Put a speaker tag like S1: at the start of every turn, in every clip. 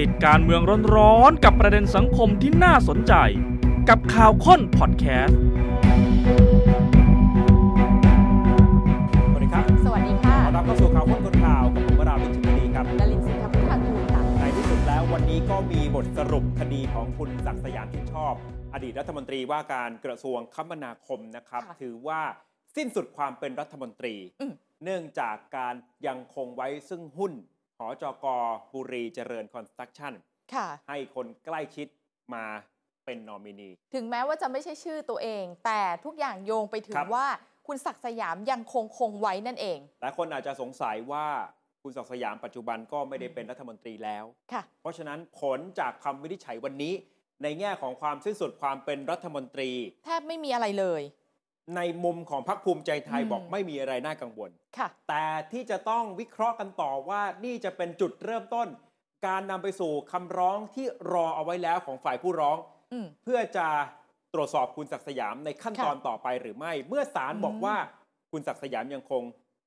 S1: ติดการเมืองร้อนๆกับประเด็นสังคมที่น่าสนใจ กับข่าวค้นพอดแคสต์
S2: สวัสดีครับ
S3: สวัสดีค่ะ
S2: ขอรับเข้าสู่ข่าวค้นคนข่าวกับผมวราวิชมดีครับ
S3: ดารินสินทพุทธากูลค่ะ
S2: ในที่สุดแล้ววันนี้ก็มีบทสรุปคดีของคุณศักดิ์สยามชิดชอบ อดีตรัฐมนตรีว่าการกระทรวงคมนาคมนะครับ
S3: ค่ะ
S2: ถือว่าสิ้นสุดความเป็นรัฐมนตรี
S3: อืม
S2: เนื่องจากการยังคงไว้ซึ่งหุ้นหอจกบุรีเจริญคอนสตรักชั่น
S3: ค่ะ
S2: ให้คนใกล้ชิดมาเป็นนอมินี
S3: ถึงแม้ว่าจะไม่ใช่ชื่อตัวเอง แต่ทุกอย่างโยงไปถึ
S2: ค
S3: ง
S2: รับ
S3: ว่าคุณศักดิ์สยามยังคงคงไว้นั่นเอง
S2: หลายคนอาจจะสงสัยว่าคุณศักดิ์สยามปัจจุบันก็ไม่ได้เป็นรัฐมนตรีแล้ว
S3: ค่ะ
S2: เพราะฉะนั้นผลจากคำวินิจฉัยวันนี้ ในแง่ของความสิ้นสุดความเป็นรัฐมนตรี
S3: แทบไม่มีอะไรเลย
S2: ในมุมของพรรคภูมิใจไทย
S3: อืม
S2: บอกไม่มีอะไรน่ากังวล
S3: ค่ะ
S2: แต่ที่จะต้องวิเคราะห์กันต่อว่านี่จะเป็นจุดเริ่มต้น การนำไปสู่คำร้องที่รอเอาไว้แล้วของฝ่ายผู้ร้อง
S3: อืม
S2: เพื่อจะตรวจสอบคุณศักดิ์สยามในขั้นตอนต่อไปหรือไม่ เมื่อศาลบอก
S3: อืม
S2: ว่าคุณศักดิ์สยามยังคง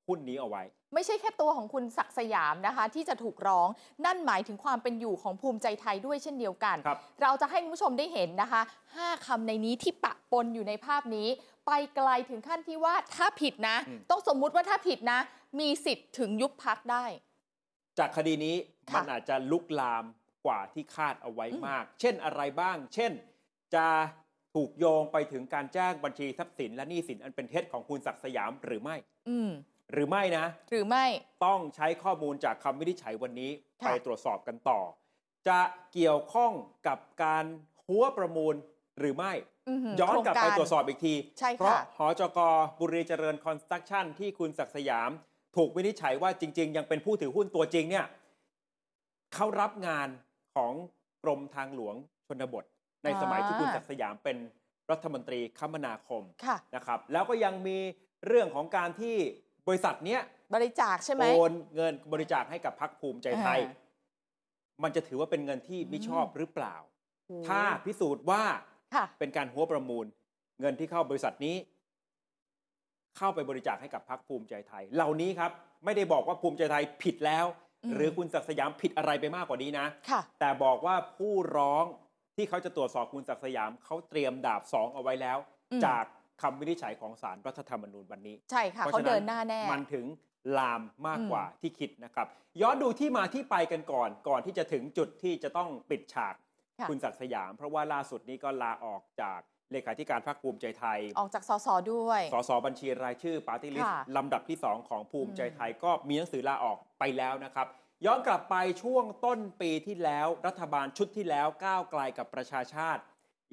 S2: หุ้นนี้เอาไว้
S3: ไม่ใช่แค่ตัวของคุณศักดิ์สยามนะคะ ที่จะถูกร้อง นั่นหมายถึงความเป็นอยู่ของภูมิใจไทยด้วยเช่นเดียวกัน
S2: ครับ
S3: เราจะให้คุณผู้ชมได้เห็นนะคะ 5คำในนี้ที่ปะปนอยู่ในภาพนี้ ไปไกลถึงขั้นที่ว่าถ้าผิดนะ
S2: อืม
S3: ต้องสมมุติว่าถ้าผิดนะ มีสิทธิ์ถึงยุบพักได้
S2: จากคดีนี้
S3: ค่ะ
S2: มันอาจจะลุกลามกว่าที่คาดเอาไว้
S3: อืม
S2: มาก เช่นอะไรบ้าง เช่น จะถูกโยงไปถึงการแจ้งบัญชีทรัพย์สินและหนี้สินอันเป็นเท็จของคุณศักดิ์สยามหรือไม่
S3: อืม
S2: หรือไม่นะ
S3: หรือไม่
S2: ต้องใช้ข้อมูลจากคำวินิจฉัยวันนี้
S3: ค่ะ
S2: ไปตรวจสอบกันต่อ จะเกี่ยวข้องกับการหัวประมูลหรือไม่
S3: หื
S2: ย้อนกลับ
S3: โค
S2: ไป
S3: งา
S2: ตรวจสอบอีกที
S3: ใช่ค่ะ
S2: เพราะหอจกบุรีเจริญคอนสตรักชั่นที่คุณศักดิ์สยาม ถูกวินิจฉัยว่าจริง ๆ ยังเป็นผู้ถือหุ้นตัวจริงเนี่ยเขารับงานของกรมทางหลวงชนบท ในสมัยที่
S3: อ่า
S2: คุณศักดิ์สยามเป็นรัฐมนตรีคมนาคม
S3: ค่ะ
S2: นะครับ แล้วก็ยังมีเรื่องของการที่บริษัทเนี้ย
S3: บริจาคใช่ไหม
S2: โอนเงินบริจาคให้กับพรรคภูมิใจไทย
S3: อ่า
S2: มันจะถือว่าเป็นเงินที่มิชอบหรือเปล่า ถ้าพิสูจน์ว่า
S3: ค่ะ
S2: เป็นการหัวประมูลเงินที่เข้าบริษัทนี้ เข้าไปบริจาคให้กับพรรคภูมิใจไทย เหล่านี้ครับ ไม่ได้บอกว่าภูมิใจไทยผิดแล้ว
S3: อืม
S2: หรือคุณศักดิ์สยามผิดอะไรไปมากกว่านี้นะ
S3: ค่ะ
S2: แต่บอกว่าผู้ร้องที่เขาจะตรวจสอบคุณศักดิ์สยามเขาเตรียมดาบสองเอาไว้แล้ว
S3: อืม
S2: จากคำวินิจฉัยของศาลรัฐธรรมนูญวันนี้
S3: ใช่ค่ะ
S2: พระ
S3: เขา
S2: ฉะ
S3: เดินหน้าแน่
S2: มันถึงลามมาก
S3: อืม
S2: กว่าที่คิดนะครับ ย้อนดูที่มาที่ไปกันก่อน ก่อนที่จะถึงจุดที่จะต้องปิดฉาก
S3: ค่ะ
S2: คุณศักดิ์สยาม เพราะว่าล่าสุดนี้ก็ลาออกจากเลขาธิการพรรคภูมิใจไทย
S3: ออกจากสสด้วย
S2: สสบัญชีรายชื่อปาร์ตี้ลิสต์
S3: ค่ะ
S2: ลำดับที่ 2 ของภูมิใจ
S3: อืม
S2: ไทยก็มีหนังสือลาออกไปแล้วนะครับ ย้อนกลับไปช่วงต้นปีที่แล้วรัฐบาลชุดที่แล้วก้าวไกลกับประชาชาติ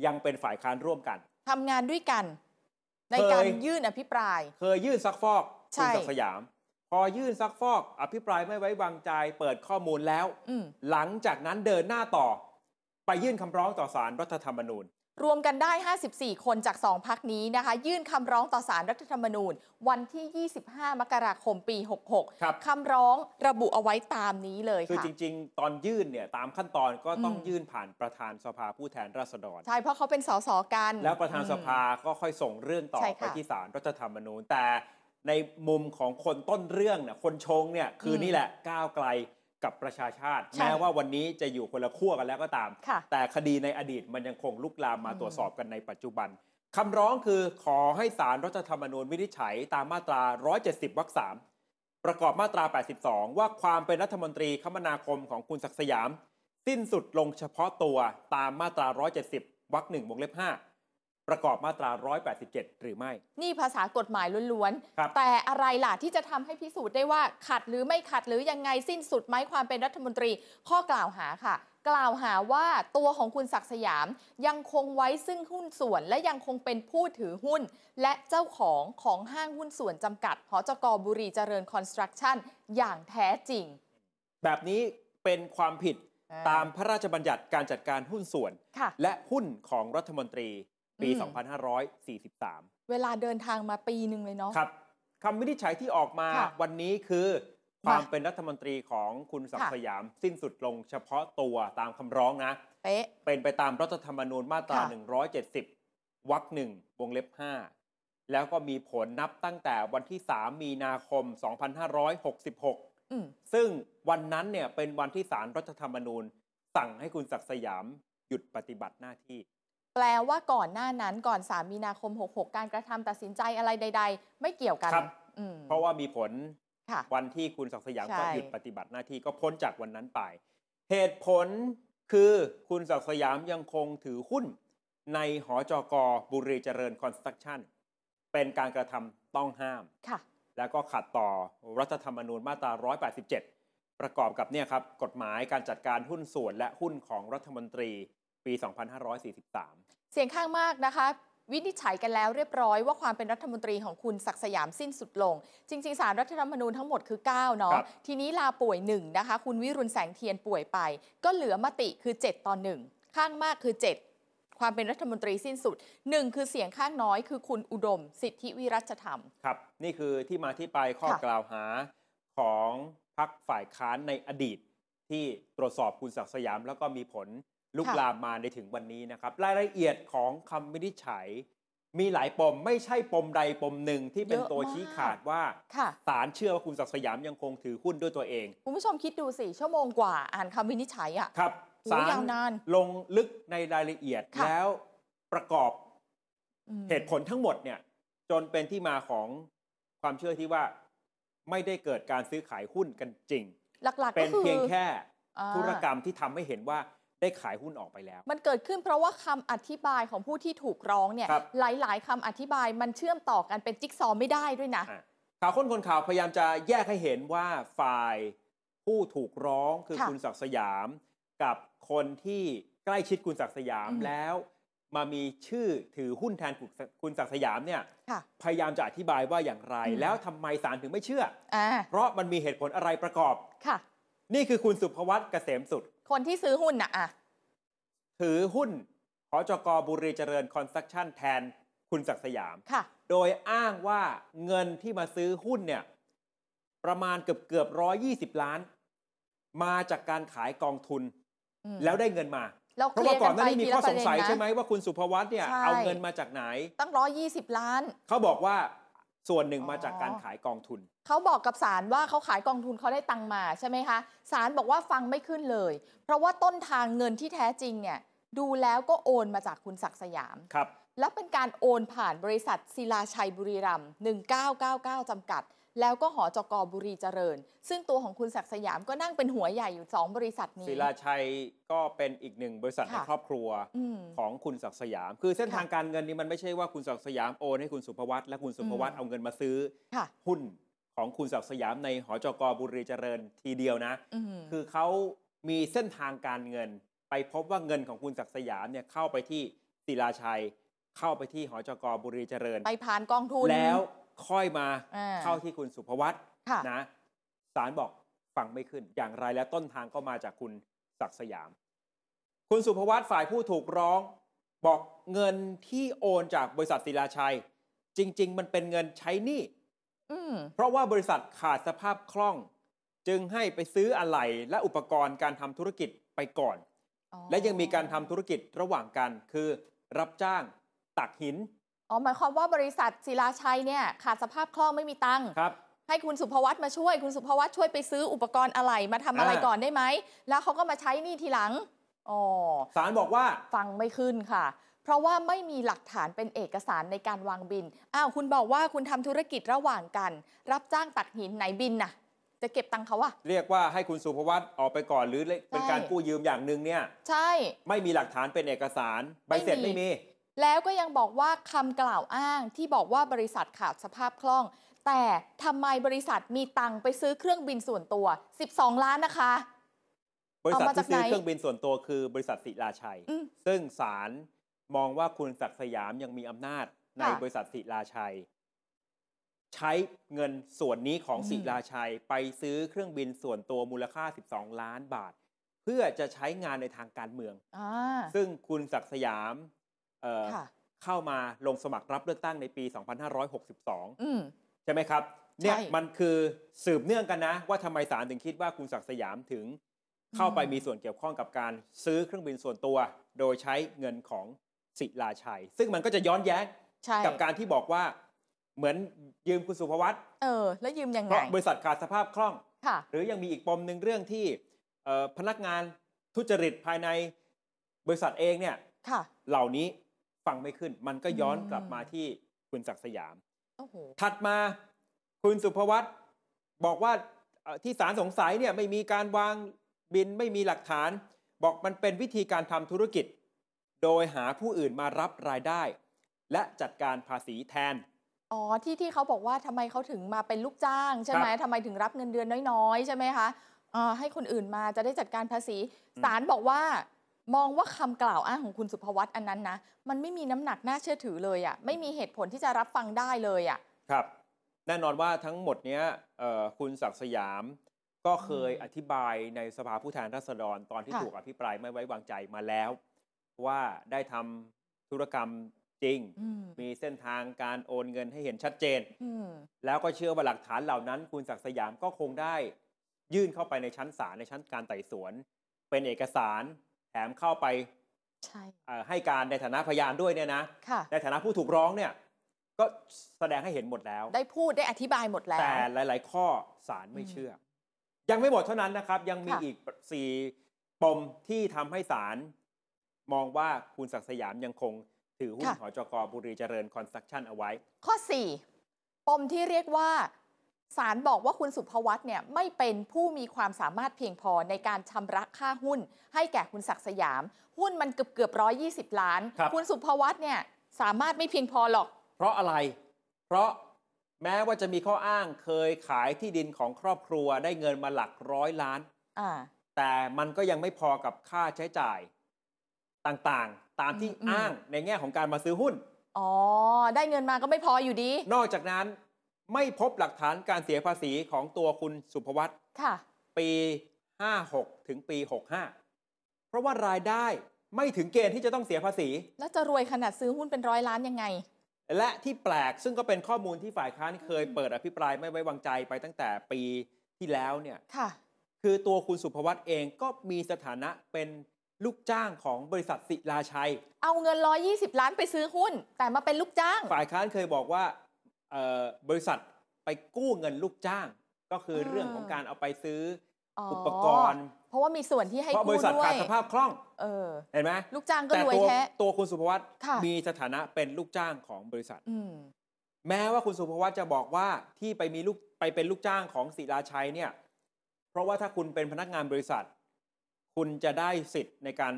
S2: ยังเป็นฝ่ายค้านร่วมกัน
S3: ทำงานด้วยกัน ใน
S2: เคย
S3: การยื่นอภิปราย
S2: เคยยื่นซักฟอกคุ
S3: ใช่
S2: ณศักดิ์สยาม พอยื่นซักฟอก อภิปรายไม่ไว้วางใจ เปิดข้อมูลแล้ว
S3: อืม
S2: หลังจากนั้นเดินหน้าต่อ ไปยื่นคำร้องต่อศาลรัฐธรรมนูญ
S3: รวมกันได้ 54 คนจาก 2พักนี้นะคะ ยื่นคำร้องต่อสารรัฐธรรมนูญ วันที่ 25 มกราคมปี
S2: ครับ
S3: 66คำร้องระบุเอาไว้ตามนี้เลย
S2: คือ
S3: ค่ะ
S2: จริง ๆ ตอนยื่นเนี่ยตามขั้นตอนก็ต้อง
S3: อืม
S2: ยื่นผ่านประธานสภาผู้แทนราษฎร
S3: ใช่ เพราะเขาเป็นสสกัน
S2: แล้วประธานสภาก็ค่อยส่งเรื่องต่อ
S3: ใช่
S2: ไป
S3: ค่ะ
S2: ที่ศาลรัฐธรรมนูญ แต่ในมุมของคนต้นเรื่องน่ะคนชงเนี่ยคืออ
S3: ม
S2: นี่แหละก้าวไกลกับประชาชาติ
S3: ใช่
S2: แม้ว่าวันนี้จะอยู่คนละขั้วกันแล้วก็ตาม
S3: ค่ะ
S2: แต่คดีในอดีตมันยังคงลุกลามมา
S3: อืม
S2: ตรวจสอบกันในปัจจุบัน คำร้องคือขอให้สารรัฐธรรมนูญวินิจฉัยตามมาตรา 170 วรรคสามประกอบมาตรา 82 ว่าความเป็นรัฐมนตรีคมนาคมของคุณศักดิ์สยาม สิ้นสุดลงเฉพาะตัวตามมาตรา 170 วรรคหนึ่งวงเล็บ 5 ประกอบมาตรา 187 หรือไม่
S3: นี่ภาษากฎหมายล้วน
S2: ครับ
S3: ๆ แต่อะไรล่ะที่จะทำให้พิสูจน์ได้ว่าขัดหรือไม่ขัดหรือยังไงสิ้นสุดไหมความเป็นรัฐมนตรี ข้อกล่าวหาค่ะ กล่าวหาว่าตัวของคุณศักดิ์สยาม ยังคงไว้ซึ่งหุ้นส่วน และยังคงเป็นผู้ถือหุ้น และเจ้าของของห้างหุ้นส่วนจำกัดหอจกบุรีเจริญคอนสตรักชั่นอย่างแท้จริง
S2: แบบนี้เป็นความผิด
S3: อ่
S2: ตามพระราชบัญญัติการจัดการหุ้นส่วน
S3: ค่ะ
S2: และหุ้นของรัฐมนตรีปี
S3: อืม
S2: 2543
S3: เวลาเดินทางมาปีหนึ่งเลยเนาะ
S2: ครับคำวินิจฉัยที่ออกมา
S3: ค่ะ
S2: วันนี้คือ
S3: มา
S2: ความเป็นรัฐมนตรีของคุณศักดิ์ส
S3: ค่ะ
S2: ยาม สิ้นสุดลงเฉพาะตัวตามคำร้องนะ
S3: เป๊ะ
S2: เป็นไปตามรัฐธรรมนูญมาตรา
S3: ค่ะ
S2: 170 วรรคหนึ่งวงเล็บ 5 แล้วก็มีผลนับตั้งแต่วันที่ 3 มีนาคม 2566
S3: อืม
S2: ซึ่งวันนั้นเนี่ยเป็นวันที่ศาลรัฐธรรมนูญ สั่งให้คุณศักดิ์สยามหยุดปฏิบัติหน้าที่
S3: แปลว่าก่อนหน้านั้นก่อน 3 มีนาคม 66 การกระทำตัดสินใจอะไรใด ๆ ไม่เกี่ยวกัน
S2: ครับ
S3: อืม
S2: เพราะว่ามีผล
S3: ค่ะ
S2: วันที่คุณศักดิ์สยาม
S3: ใช่
S2: ก็หยุดปฏิบัติหน้าที่ก็พ้นจากวันนั้นไป เหตุผลคือคุณศักดิ์สยามยังคงถือหุ้น ในหอจกบุรีเจริญคอนสตรักชั่นเป็นการกระทำต้องห้าม
S3: ค่ะ
S2: แล้วก็ขัดต่อรัฐธรรมนูญมาตรา 187 ประกอบกับเนี่ยครับกฎหมายการจัดการหุ้นส่วนและหุ้นของรัฐมนตรีปี 2543
S3: เสียงข้างมากนะคะ วินิจฉัยกันแล้วเรียบร้อยว่าความเป็นรัฐมนตรีของคุณศักดิ์สยามสิ้นสุดลง จริง ๆ สารรัฐธรรมนูญทั้งหมดคือ 9 เนาะ
S2: ครับ
S3: ทีนี้ลาป่วย 1 นะคะ คุณวิรุณแสงเทียนป่วยไป ก็เหลือมติคือ 7 ต่อ 1 ข้างมากคือ 7 ความเป็นรัฐมนตรีสิ้นสุด 1 คือเสียงข้างน้อยคือคุณอุดม สิทธิวิรัชธรรม
S2: ครับ นี่คือที่มาที่ไปข้อ
S3: ค่ะ
S2: กล่าวหาของพักฝ่ายค้านในอดีต ที่ตรวจสอบคุณศักดิ์สยาม แล้วก็มีผลลุกลามมาในถึงวันนี้นะครับ รายละเอียดของคำวินิจฉัย มีหลายปมไม่ใช่ปมใดปมหนึ่งที่เป็นตัวชี้ขาดว่า
S3: ค่ะ
S2: ศาลเชื่อว่าคุณศักดิ์สยามยังคงถือหุ้นด้วยตัวเอง
S3: คุณผู้ชมคิดดูสิ ชั่วโมงกว่าอ่านคำวินิจฉัยอะ
S2: ครับ
S3: โอ้
S2: สาร
S3: ยาวนาน
S2: ลงลึกในรายละเอียด
S3: ค่ะ
S2: แล้วประกอบ
S3: อืม
S2: เหตุผลทั้งหมดเนี่ย จนเป็นที่มาของความเชื่อที่ว่าไม่ได้เกิดการซื้อขายหุ้นกันจริง
S3: หลักๆ
S2: เป็
S3: ก็
S2: น
S3: คือ
S2: เพียงแค่
S3: อ่า
S2: ธุรกรรมที่ทำให้เห็นว่าได้ขายหุ้นออกไปแล้ว
S3: มันเกิดขึ้นเพราะว่าคำอธิบายของผู้ที่ถูกร้องเนี่ย
S2: ครับ
S3: หลาย ๆคำอธิบายมันเชื่อมต่อกันเป็นจิ๊กซอว์ไม่ได้ด้วยนะ
S2: อ่ะข่าวค้นคนข่าวพยายามจะแยกให้เห็นว่าฝ่ายผู้ถูกร้องคือ
S3: ค่ะ
S2: คุณศักดิ์สยาม กับคนที่ใกล้ชิดคุณศักดิ์สยาม
S3: อืม
S2: แล้ว มามีชื่อถือหุ้นแทนคุณศักดิ์สยามเนี่ย
S3: ค่ะ
S2: พยายามจะอธิบายว่าอย่างไร
S3: อืม
S2: แล้วทำไมศาลถึงไม่เชื่อ
S3: อ่า
S2: เพราะมันมีเหตุผลอะไรประกอบ
S3: ค่ะ
S2: นี่คือคุณสุภวัตเกษมสุด
S3: คนที่ซื้อหุ้นน่ะอ่ะ
S2: ถือหุ้นหจกบุรีเจริญคอนสตรักชั่นแทนคุณศักดิ์สยาม
S3: ค่ะ
S2: โดยอ้างว่าเงินที่มาซื้อหุ้นเนี่ย ประมาณเกือบเกือบร้อยี่สิบล้าน มาจากการขายกองทุน
S3: อืม
S2: แล้วได้เงินมา
S3: เรา
S2: เพ
S3: เค
S2: ราะ
S3: ลี
S2: ว่าย
S3: ร์
S2: ก่อน
S3: กัน
S2: ห
S3: ไป
S2: น้านี้มี
S3: ที
S2: ข้
S3: ละ
S2: อ
S3: ป
S2: สง
S3: ระเด็น
S2: สัย
S3: นะ
S2: ใช่ไหมว่าคุณสุภวัตเนี่ย
S3: ใช่
S2: เอาเงินมาจากไหน
S3: ตั้งร้อยี่สิบล้าน
S2: เขาบอกว่าส่วนหนึ่งมาจากการ
S3: อ๋อ
S2: ขายกองทุน
S3: เขาบอกกับศาลว่าเขาขายกองทุนเขาได้ตังค์มาใช่ไหมคะศาลบอกว่าฟังไม่ขึ้นเลย เพราะว่าต้นทางเงินที่แท้จริงเนี่ย ดูแล้วก็โอนมาจากคุณศักดิ์สยาม
S2: ครับ
S3: และเป็นการโอนผ่านบริษัทศิลาชัยบุรีรัมย์1999 จำกัด แล้วก็หอจกบุรีเจริญ ซึ่งตัวของคุณศักดิ์สยามก็นั่งเป็นหัวใหญ่อยู่ 2 บริษัทนี้
S2: ศิลาชัยก็เป็นอีกหนึ่งบริษัทใน
S3: ค่ะ
S2: ครอบครัว
S3: อืม
S2: ของคุณศักดิ์สยาม คือเส้น
S3: ค่ะ
S2: ทางการเงินนี่มันไม่ใช่ว่าคุณศักดิ์สยามโอนให้คุณสุภวัตและคุณสุภวัต
S3: อืม
S2: เอาเงินมาซื้อ
S3: ค่ะ
S2: หุ้นของคุณศักดิ์สยามในหอจกบุรีเจริญทีเดียวนะ
S3: อืม
S2: คือเขามีเส้นทางการเงิน ไปพบว่าเงินของคุณศักดิ์สยามเนี่ยเข้าไปที่ศิลาชัย เข้าไปที่หอจกบุรีเจริญ
S3: ไปผ่านกองทุน
S2: แล้วค่อยมา
S3: อ่า
S2: เข้าที่คุณสุภวัต
S3: ค่ะ
S2: นะศาลบอกฟังไม่ขึ้น อย่างไรแล้วต้นทางก็มาจากคุณศักดิ์สยาม คุณสุภวัตฝ่ายผู้ถูกร้อง บอกเงินที่โอนจากบริษัทศิลาชัย จริง ๆ มันเป็นเงินใช้หนี้
S3: อืม
S2: เพราะว่าบริษัทขาดสภาพคล่อง จึงให้ไปซื้ออะไหล่และอุปกรณ์การทำธุรกิจไปก่อน
S3: อ๋อ
S2: และยังมีการทำธุรกิจระหว่างกัน คือ รับจ้างตักหิน
S3: อ๋อหมายความว่าบริษัทศิลาชัยเนี่ยขาดสภาพคล่องไม่มีตังค์
S2: ครับ
S3: ให้คุณสุภวัตมาช่วย คุณสุภวัตช่วยไปซื้ออุปกรณ์อะไรมาทำอะไร
S2: อ่า
S3: ก่อนได้ไหมแล้วเขาก็มาใช้หนี่ทีหลังอ๋อ
S2: ศาลบอกว่า
S3: ฟังไม่ขึ้นค่ะ เพราะว่าไม่มีหลักฐานเป็นเอกสารในการวางบิน อ้าว คุณบอกว่าคุณทำธุรกิจระหว่างกัน รับจ้างตักหินไหนบินน่ะ จะเก็บตังค์เขาอะ
S2: เรียกว่าให้คุณสุภวัตออกไปก่อน หรือเป็น
S3: ใช่
S2: การกู้ยืมอย่างหนึ่งเนี่ย
S3: ใช่
S2: ไม่มีหลักฐานเป็นเอกสาร ใบเสร็จ
S3: ไม่
S2: ไม่
S3: มี
S2: มี
S3: แล้วก็ยังบอกว่าคำกล่าวอ้างที่บอกว่าบริษัทขาดสภาพคล่อง แต่ทำไมบริษัทมีตังค์ไปซื้อเครื่องบินส่วนตัว 12 ล้านนะคะ
S2: บริษัท
S3: เอามาจาก
S2: ที่ซื้อ
S3: ไหน
S2: เครื่องบินส่วนตัวคือบริษัทศิลาชัย
S3: อืม
S2: ซึ่งศาลมองว่าคุณศักดิ์สยามยังมีอำนาจใน
S3: ค่ะ
S2: บริษัทศิลาชัย ใช้เงินส่วนนี้ของ
S3: อืม
S2: ศิลาชัย ไปซื้อเครื่องบินส่วนตัวมูลค่า 12 ล้านบาท เพื่อจะใช้งานในทางการเมือง
S3: อ่า
S2: ซึ่งคุณศักดิ์สยามเอ่อ
S3: ค่ะ
S2: เข้ามาลงสมัครรับเลือกตั้งในปี 2562
S3: อืม
S2: ใช่ไหมครับ เนี่ย
S3: ใช่
S2: มันคือสืบเนื่องกันนะ ว่าทำไมศาลถึงคิดว่าคุณศักดิ์สยามถึง เข้าไป
S3: อืม
S2: มีส่วนเกี่ยวข้องกับการซื้อเครื่องบินส่วนตัว โดยใช้เงินของศิลาชัย ซึ่งมันก็จะย้อนแย้ง
S3: ใช่
S2: กับการที่บอกว่า เหมือนยืมคุณสุภวัต
S3: เออ แล้วยืมยัง
S2: เพ
S3: ไง
S2: ราะบริษัทขาดสภาพคล่อง
S3: ค่ะ
S2: หรือยังมีอีกปมหนึ่งเรื่องที่เอ่อพนักงาน ทุจริตภายในบริษัทเองเนี่ย
S3: ค่ะ
S2: เหล่านี้ฟังไม่ขึ้น มันก็ย้อน
S3: อืม
S2: กลับมาที่คุณศักดิ์สยาม
S3: โอ้โห
S2: ถัดมาคุณสุภวัตบอกว่าเอ่อที่สารสงสัยเนี่ยไม่มีการวางบินไม่มีหลักฐาน บอกมันเป็นวิธีการทำธุรกิจ โดยหาผู้อื่นมารับรายได้ และจัดการภาษีแทน
S3: อ๋อที่ที่เขาบอกว่าทำไมเขาถึงมาเป็นลูกจ้าง ใช่ไหมทำไมถึงรับเงินเดือนน้อยๆ ใช่ไหมคะเอ่อให้คนอื่นมาจะได้จัดการภาษี
S2: อืม
S3: ศาลบอกว่า มองว่าคำกล่าวอ้างของคุณสุภวัตอันนั้นนะมันไม่มีน้ำหนักน่าเชื่อถือเลยอะ่ะไม่มีเหตุผลที่จะรับฟังได้เลยอะ่ะ
S2: ครับ แน่นอนว่าทั้งหมดเนี้ยเอ่อคุณศักดิ์สยามก็เคยอธิบายในสภาผู้แทนราษฎรตอนที่
S3: ค่ะ
S2: ถูกอภิปรายไม่ไว้วางใจมาแล้ว ว่าได้ทำธุรกรรมจริง
S3: อืม
S2: มีเส้นทางการโอนเงินให้เห็นชัดเจน
S3: อืม
S2: แล้วก็เชื่อว่าหลักฐานเหล่านั้น คุณศักดิ์สยามก็คงได้ยื่นเข้าไปในชั้นศาลในชั้นการไต่สวน เป็นเอกสารแถมเข้าไป
S3: ใช่
S2: เอ่อให้การในฐานะพยานด้วยเนี่ยนะ
S3: ค่ะ
S2: ในฐานะผู้ถูกร้องเนี่ยก็แสดงให้เห็นหมดแล้ว
S3: ได้พูดได้อธิบายหมดแล้ว
S2: แต่หลาย ๆ ข้อศาลไม่เชื่ออยังไม่หมดเท่านั้นนะครับ ยังมี
S3: ค่ะ
S2: อีกสี่ปมที่ทำให้ศาลมองว่าคุณศักดิ์สยามยังคงถือหุ้นหอจกบุรีเจริญคอนสตรักชั่นเอาไว้
S3: ข้อ 4 ปมที่เรียกว่าศาลบอกว่าคุณสุภวัตเนี่ยไม่เป็นผู้มีความสามารถเพียงพอในการชำระค่าหุ้น ให้แก่คุณศักดิ์สยาม หุ้นมันเกือบเกือบร้อยี่สิบล้าน
S2: ครับ
S3: คุณสุภวัตเนี่ยสามารถไม่เพียงพอหรอก
S2: เพราะอะไร เพราะแม้ว่าจะมีข้ออ้างเคยขายที่ดินของครอบครัวได้เงินมาหลักร้อยล้าน
S3: อ่า
S2: แต่มันก็ยังไม่พอกับค่าใช้จ่ายต่างๆ ตามที่
S3: อืมอืม
S2: อ้างในแง่ของการมาซื้อหุ้น
S3: อ๋อ ได้เงินมาก็ไม่พออยู่ดี
S2: นอกจากนั้นไม่พบหลักฐานการเสียภาษีของตัวคุณสุภวัต
S3: ค่ะ
S2: ปี 56 ถึงปี 65 เพราะว่ารายได้ไม่ถึงเกณฑ์ที่จะต้องเสียภาษี
S3: แล้วจะรวยขนาดซื้อหุ้นเป็นร้อยล้านยังไง
S2: และที่แปลกซึ่งก็เป็นข้อมูลที่ฝ่ายค้านเคยเปิดอภิปรายไม่ไว้วางใจไปตั้งแต่ปีที่แล้วเนี่ย
S3: ค่ะ
S2: คือตัวคุณสุภวัตเองก็มีสถานะเป็นลูกจ้างของบริษัทศิลาชัย
S3: เอาเงินร้อยี่สิบล้านไปซื้อหุ้น แต่มาเป็นลูกจ้าง
S2: ฝ่ายค้านเคยบอกว่าเอ่อบริษัทไปกู้เงินลูกจ้าง ก็คือเรื่องของการเอาไปซื้อ
S3: อ๋อ
S2: อุ
S3: อุ
S2: ปกรณ์
S3: เพราะว่ามีส่วนที่ให้
S2: เพราะบ
S3: กู้
S2: ริษัท
S3: ด้ว
S2: ขาด
S3: ย
S2: สภาพคล่อง
S3: เออ
S2: เห็นไหม
S3: ลูกจ้างก็
S2: แต่
S3: รวย
S2: ตัว
S3: แท้
S2: ตัวคุณสุภวัต
S3: ค่ะ
S2: มีสถานะเป็นลูกจ้างของบริษัท
S3: อืม
S2: แม้ว่าคุณสุภวัตจะบอกว่าที่ไปมีลูกไปเป็นลูกจ้างของศิลาชัยเนี่ย เพราะว่าถ้าคุณเป็นพนักงานบริษัท คุณจะได้สิทธิ์ในการ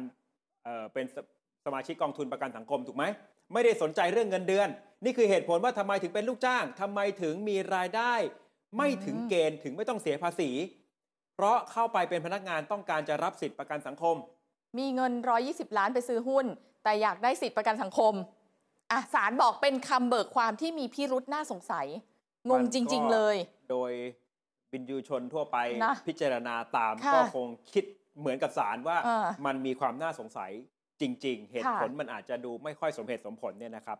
S2: เอ่อเป็นสสมาชิกกองทุนประกันสังคมถูกไหมไม่ได้สนใจเรื่องเงินเดือน นี่คือเหตุผลว่าทำไมถึงเป็นลูกจ้างทำไมถึงมีรายได้ ไม่ถึง
S3: อืม
S2: เกณฑ์ถึงไม่ต้องเสียภาษี เพราะเข้าไปเป็นพนักงานต้องการจะรับสิทธิ์ประกันสังคม
S3: มีเงิน 120 ล้านไปซื้อหุ้น แต่อยากได้สิทธิประกันสังคม อ่ะศาลบอกเป็นคำเบิกความที่มีพิรุษน่าสงสัย งงจริง ๆ เลย
S2: โดยบินยูชนทั่วไป
S3: นะ
S2: พิจารณาตาม
S3: ค่ะ
S2: ก็คงคิดเหมือนกับสารว่า
S3: เออ
S2: มันมีความน่าสงสัยจริง ๆ เหตุ
S3: ค่ะ
S2: ผลมันอาจจะดูไม่ค่อยสมเหตุสมผลเนี่ยนะครับ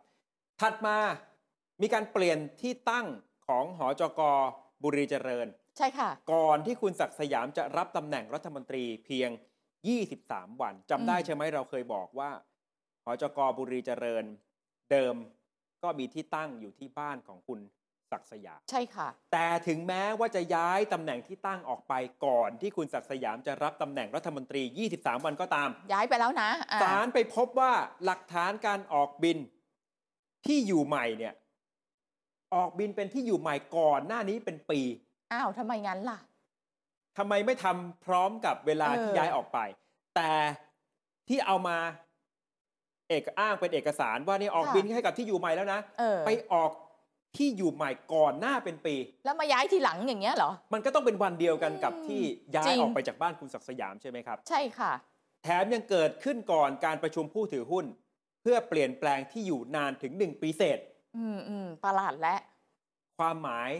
S2: ถัดมามีการเปลี่ยนที่ตั้งของหอจกบุรีเจริญ
S3: ใช่ค่ะ
S2: ก่อนที่คุณศักดิ์สยามจะรับตำแหน่งรัฐมนตรีเพียง 23 วันจำได้
S3: อืม
S2: ใช่ไหมเราเคยบอกว่าหอจกบุรีเจริญ เดิมก็มีที่ตั้งอยู่ที่บ้านของคุณศักดิ์สยาม
S3: ใช่ค่ะ
S2: แต่ถึงแม้ว่าจะย้ายตำแหน่งที่ตั้งออกไปก่อนที่คุณศักดิ์สยามจะรับตำแหน่งรัฐมนตรี 23 วันก็ตาม
S3: ย้ายไปแล้วนะอ่ะ
S2: ศาลไปพบว่าหลักฐานการออกบินที่อยู่ใหม่เนี่ย ออกบินเป็นที่อยู่ใหม่ก่อนหน้านี้เป็นปี
S3: อ้าวทำไมงั้นล่ะ
S2: ทำไมไม่ทำพร้อมกับเวลา
S3: เออ
S2: ที่ย้ายออกไป แต่ที่เอามาเอกอ้างเป็นเอกสารว่าเนี่ยออกบินให้กับที่อยู่ใหม่แล้วนะ
S3: เออ
S2: ไปออกที่อยู่ใหม่ก่อนหน้าเป็นปี
S3: แล้วมาย้ายทีหลังอย่างเงี้ยเหรอ
S2: มันก็ต้องเป็นวันเดียวกันกับที่ย้า
S3: จริ
S2: ย
S3: ง
S2: ออกไปจากบ้านคุณศักดิ์สยามใช่ไหมครับ
S3: ใช่ค่ะ
S2: แถมยังเกิดขึ้นก่อนการประชุมผู้ถือหุ้น เพื่อเปลี่ยนแปลงที่อยู่นานถึง 1 ปีเศษ
S3: อืมอืมประหลาดและ
S2: ความหมาย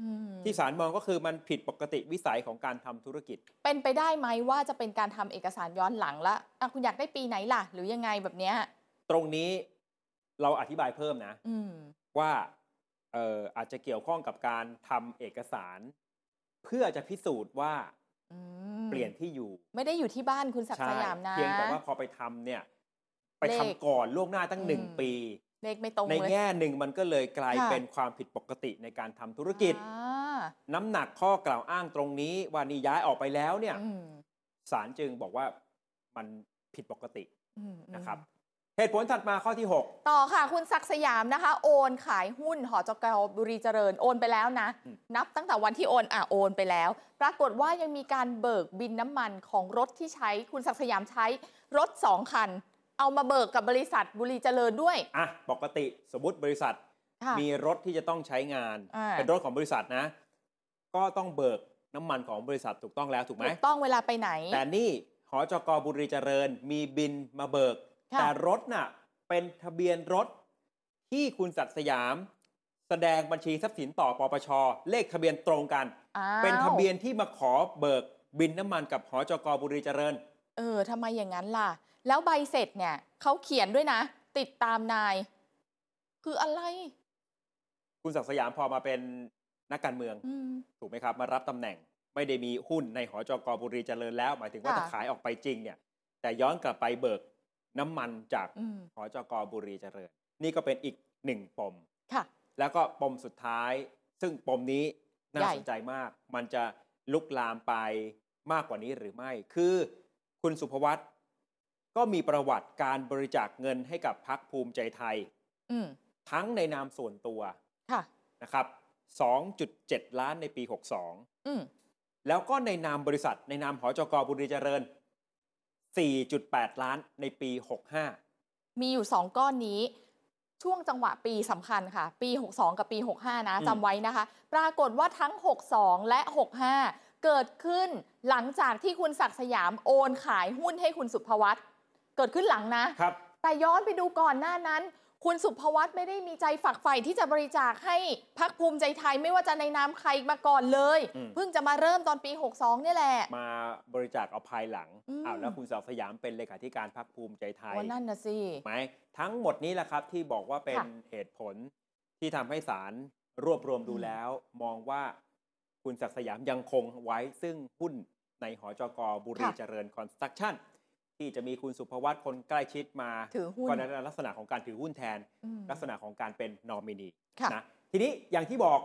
S3: อืม
S2: ที่ศาลมองก็คือมันผิดปกติวิสัยของการทำธุรกิจ
S3: เป็นไปได้ไหมว่าจะเป็นการทำเอกสารย้อนหลังละอ่ะคุณอยากได้ปีไหนล่ะ หรือยังไงแบบเนี้ย
S2: ตรงนี้เราอธิบายเพิ่มนะ
S3: อืม
S2: ว่าเอ่ออาจจะเกี่ยวข้องกับการทำเอกสาร เพื่อจะพิสูจน์ว่า
S3: อืม
S2: เปลี่ยนที่อยู่
S3: ไม่ได้อยู่ที่บ้านคุณศักดิ์สยามนะ
S2: เพียงแต่ว่าพอไปทำเนี่ย ไปทำ
S3: เลข
S2: ก่อนล่วงหน้าตั้งหนึ่ง
S3: อืม
S2: ปี
S3: เลขไม่ตรง
S2: ใน
S3: เลย
S2: แง่หนึ่งมันก็เลยกลาย
S3: ค่ะ
S2: เป็นความผิดปกติในการทำธุรกิจ
S3: อ่า
S2: น้ำหนักข้อกล่าวอ้างตรงนี้ว่านี่ย้ายออกไปแล้วเนี่ย
S3: อืม
S2: ศาลจึงบอกว่า มันผิดปกติ
S3: อืมอืม
S2: นะครับ เหตุผลถัดมาข้อที่ 6
S3: ต่อค่ะ คุณศักดิ์สยามนะคะ โอนขายหุ้นหอจกบุรีเจริญโอนไปแล้วนะ
S2: อืม
S3: นับตั้งแต่วันที่โอนอ่ะโอนไปแล้ว ปรากฏว่ายังมีการเบิกบินน้ำมันของรถที่ใช้คุณศักดิ์สยามใช้รถ 2 คัน เอามาเบิกกับบริษัทบุรีเจริญด้วย
S2: อ่ะปกติสมมติบริษัท
S3: ค่ะ
S2: มีรถที่จะต้องใช้งาน
S3: อ่า
S2: เป็นรถของบริษัทนะ ก็ต้องเบิกน้ำมันของบริษัทถูกต้องแล้วถูกไหม
S3: ถูกต้องเวลาไปไหน
S2: แต่นี่หอจกบุรีเจริญมีบินมาเบิก
S3: ค่ะ
S2: แต่รถน่ะเป็นทะเบียนรถที่คุณศักดิ์สยาม แสดงบัญชีทรัพย์สินต่อปปช เลขทะเบียนตรงกัน
S3: อ้าว
S2: เป็นทะเบียนที่มาขอเบิกบินน้ำมันกับหอจกบุรีเจริญ
S3: เออทำไมอย่างนั้นล่ะ แล้วใบเสร็จเนี่ยเขาเขียนด้วยนะ ติดตามนาย คืออะไร
S2: คุณศักดิ์สยามพอมาเป็นนักการเมือง
S3: อืม
S2: ถูกไหมครับ มารับตำแหน่งไม่ได้มีหุ้นในหอจกบุรีเจริญแล้ว หมายถึงว่า
S3: ค่ะ
S2: จะขายออกไปจริงเนี่ย แต่ย้อนกลับไปเบิกน้ำมันจาก
S3: อืม
S2: หอจกบุรีเจริญ นี่ก็เป็นอีกหนึ่งปม
S3: ค่ะ
S2: แล้วก็ปมสุดท้าย ซึ่งปมนี้น่า
S3: ใหญ่
S2: สนใจมาก มันจะลุกลามไปมากกว่านี้หรือไม่ คือคุณสุภวัตก็มีประวัติการบริจาคเงินให้กับพักภูมิใจไทย
S3: อืม
S2: ทั้งในนามส่วนตัว
S3: ค่ะ
S2: นะครับ 2.7 ล้านในปี 62
S3: อืม
S2: แล้วก็ในนามบริษัทในนามหอจกบุรีเจริญ 4.8 ล้านในปี 65
S3: มีอยู่ 2 ก้อนนี้ ช่วงจังหวะปีสำคัญค่ะ ปี 62 กับปี 65 นะ
S2: อืม
S3: จำไว้นะคะ ปรากฏว่าทั้ง 62 และ 65 เกิดขึ้นหลังจากที่คุณศักดิ์สยามโอนขายหุ้นให้คุณสุภวัตเกิดขึ้นหลังนะ
S2: ครับ
S3: แต่ย้อนไปดูก่อนหน้านั้น คุณสุภวัตไม่ได้มีใจฝักใฝ่ที่จะบริจาคให้พักภูมิใจไทยไม่ว่าจะในนามใครมาก่อนเลย
S2: อืม
S3: เพิ่งจะมาเริ่มตอนปี 62 เนี่ยแหละ
S2: มาบริจาคเอาภายหลัง
S3: อืม
S2: อ้าวแล้วคุณศักดิ์สยามเป็นเลขาธิการพักภูมิใจไทย
S3: โอ้นั่นนะสิ
S2: ไหมทั้งหมดนี้แหละครับที่บอกว่าเป็น
S3: ค่ะ
S2: เหตุผลที่ทำให้ศาลรวบรวมดู
S3: อืม
S2: แล้ว มองว่าคุณศักดิ์สยามยังคงไว้ซึ่งหุ้นในหอจกบุรีเจริญคอนสตรักชั่น ที่จะมีคุณสุภวัตคนใกล้ชิดมา
S3: ถือหุ้น
S2: ก็นั้นลักษณะของการถือหุ้นแทน
S3: อืม
S2: ลักษณะของการเป็นนอมินี
S3: ค่ะ
S2: นะทีนี้อย่างที่บอก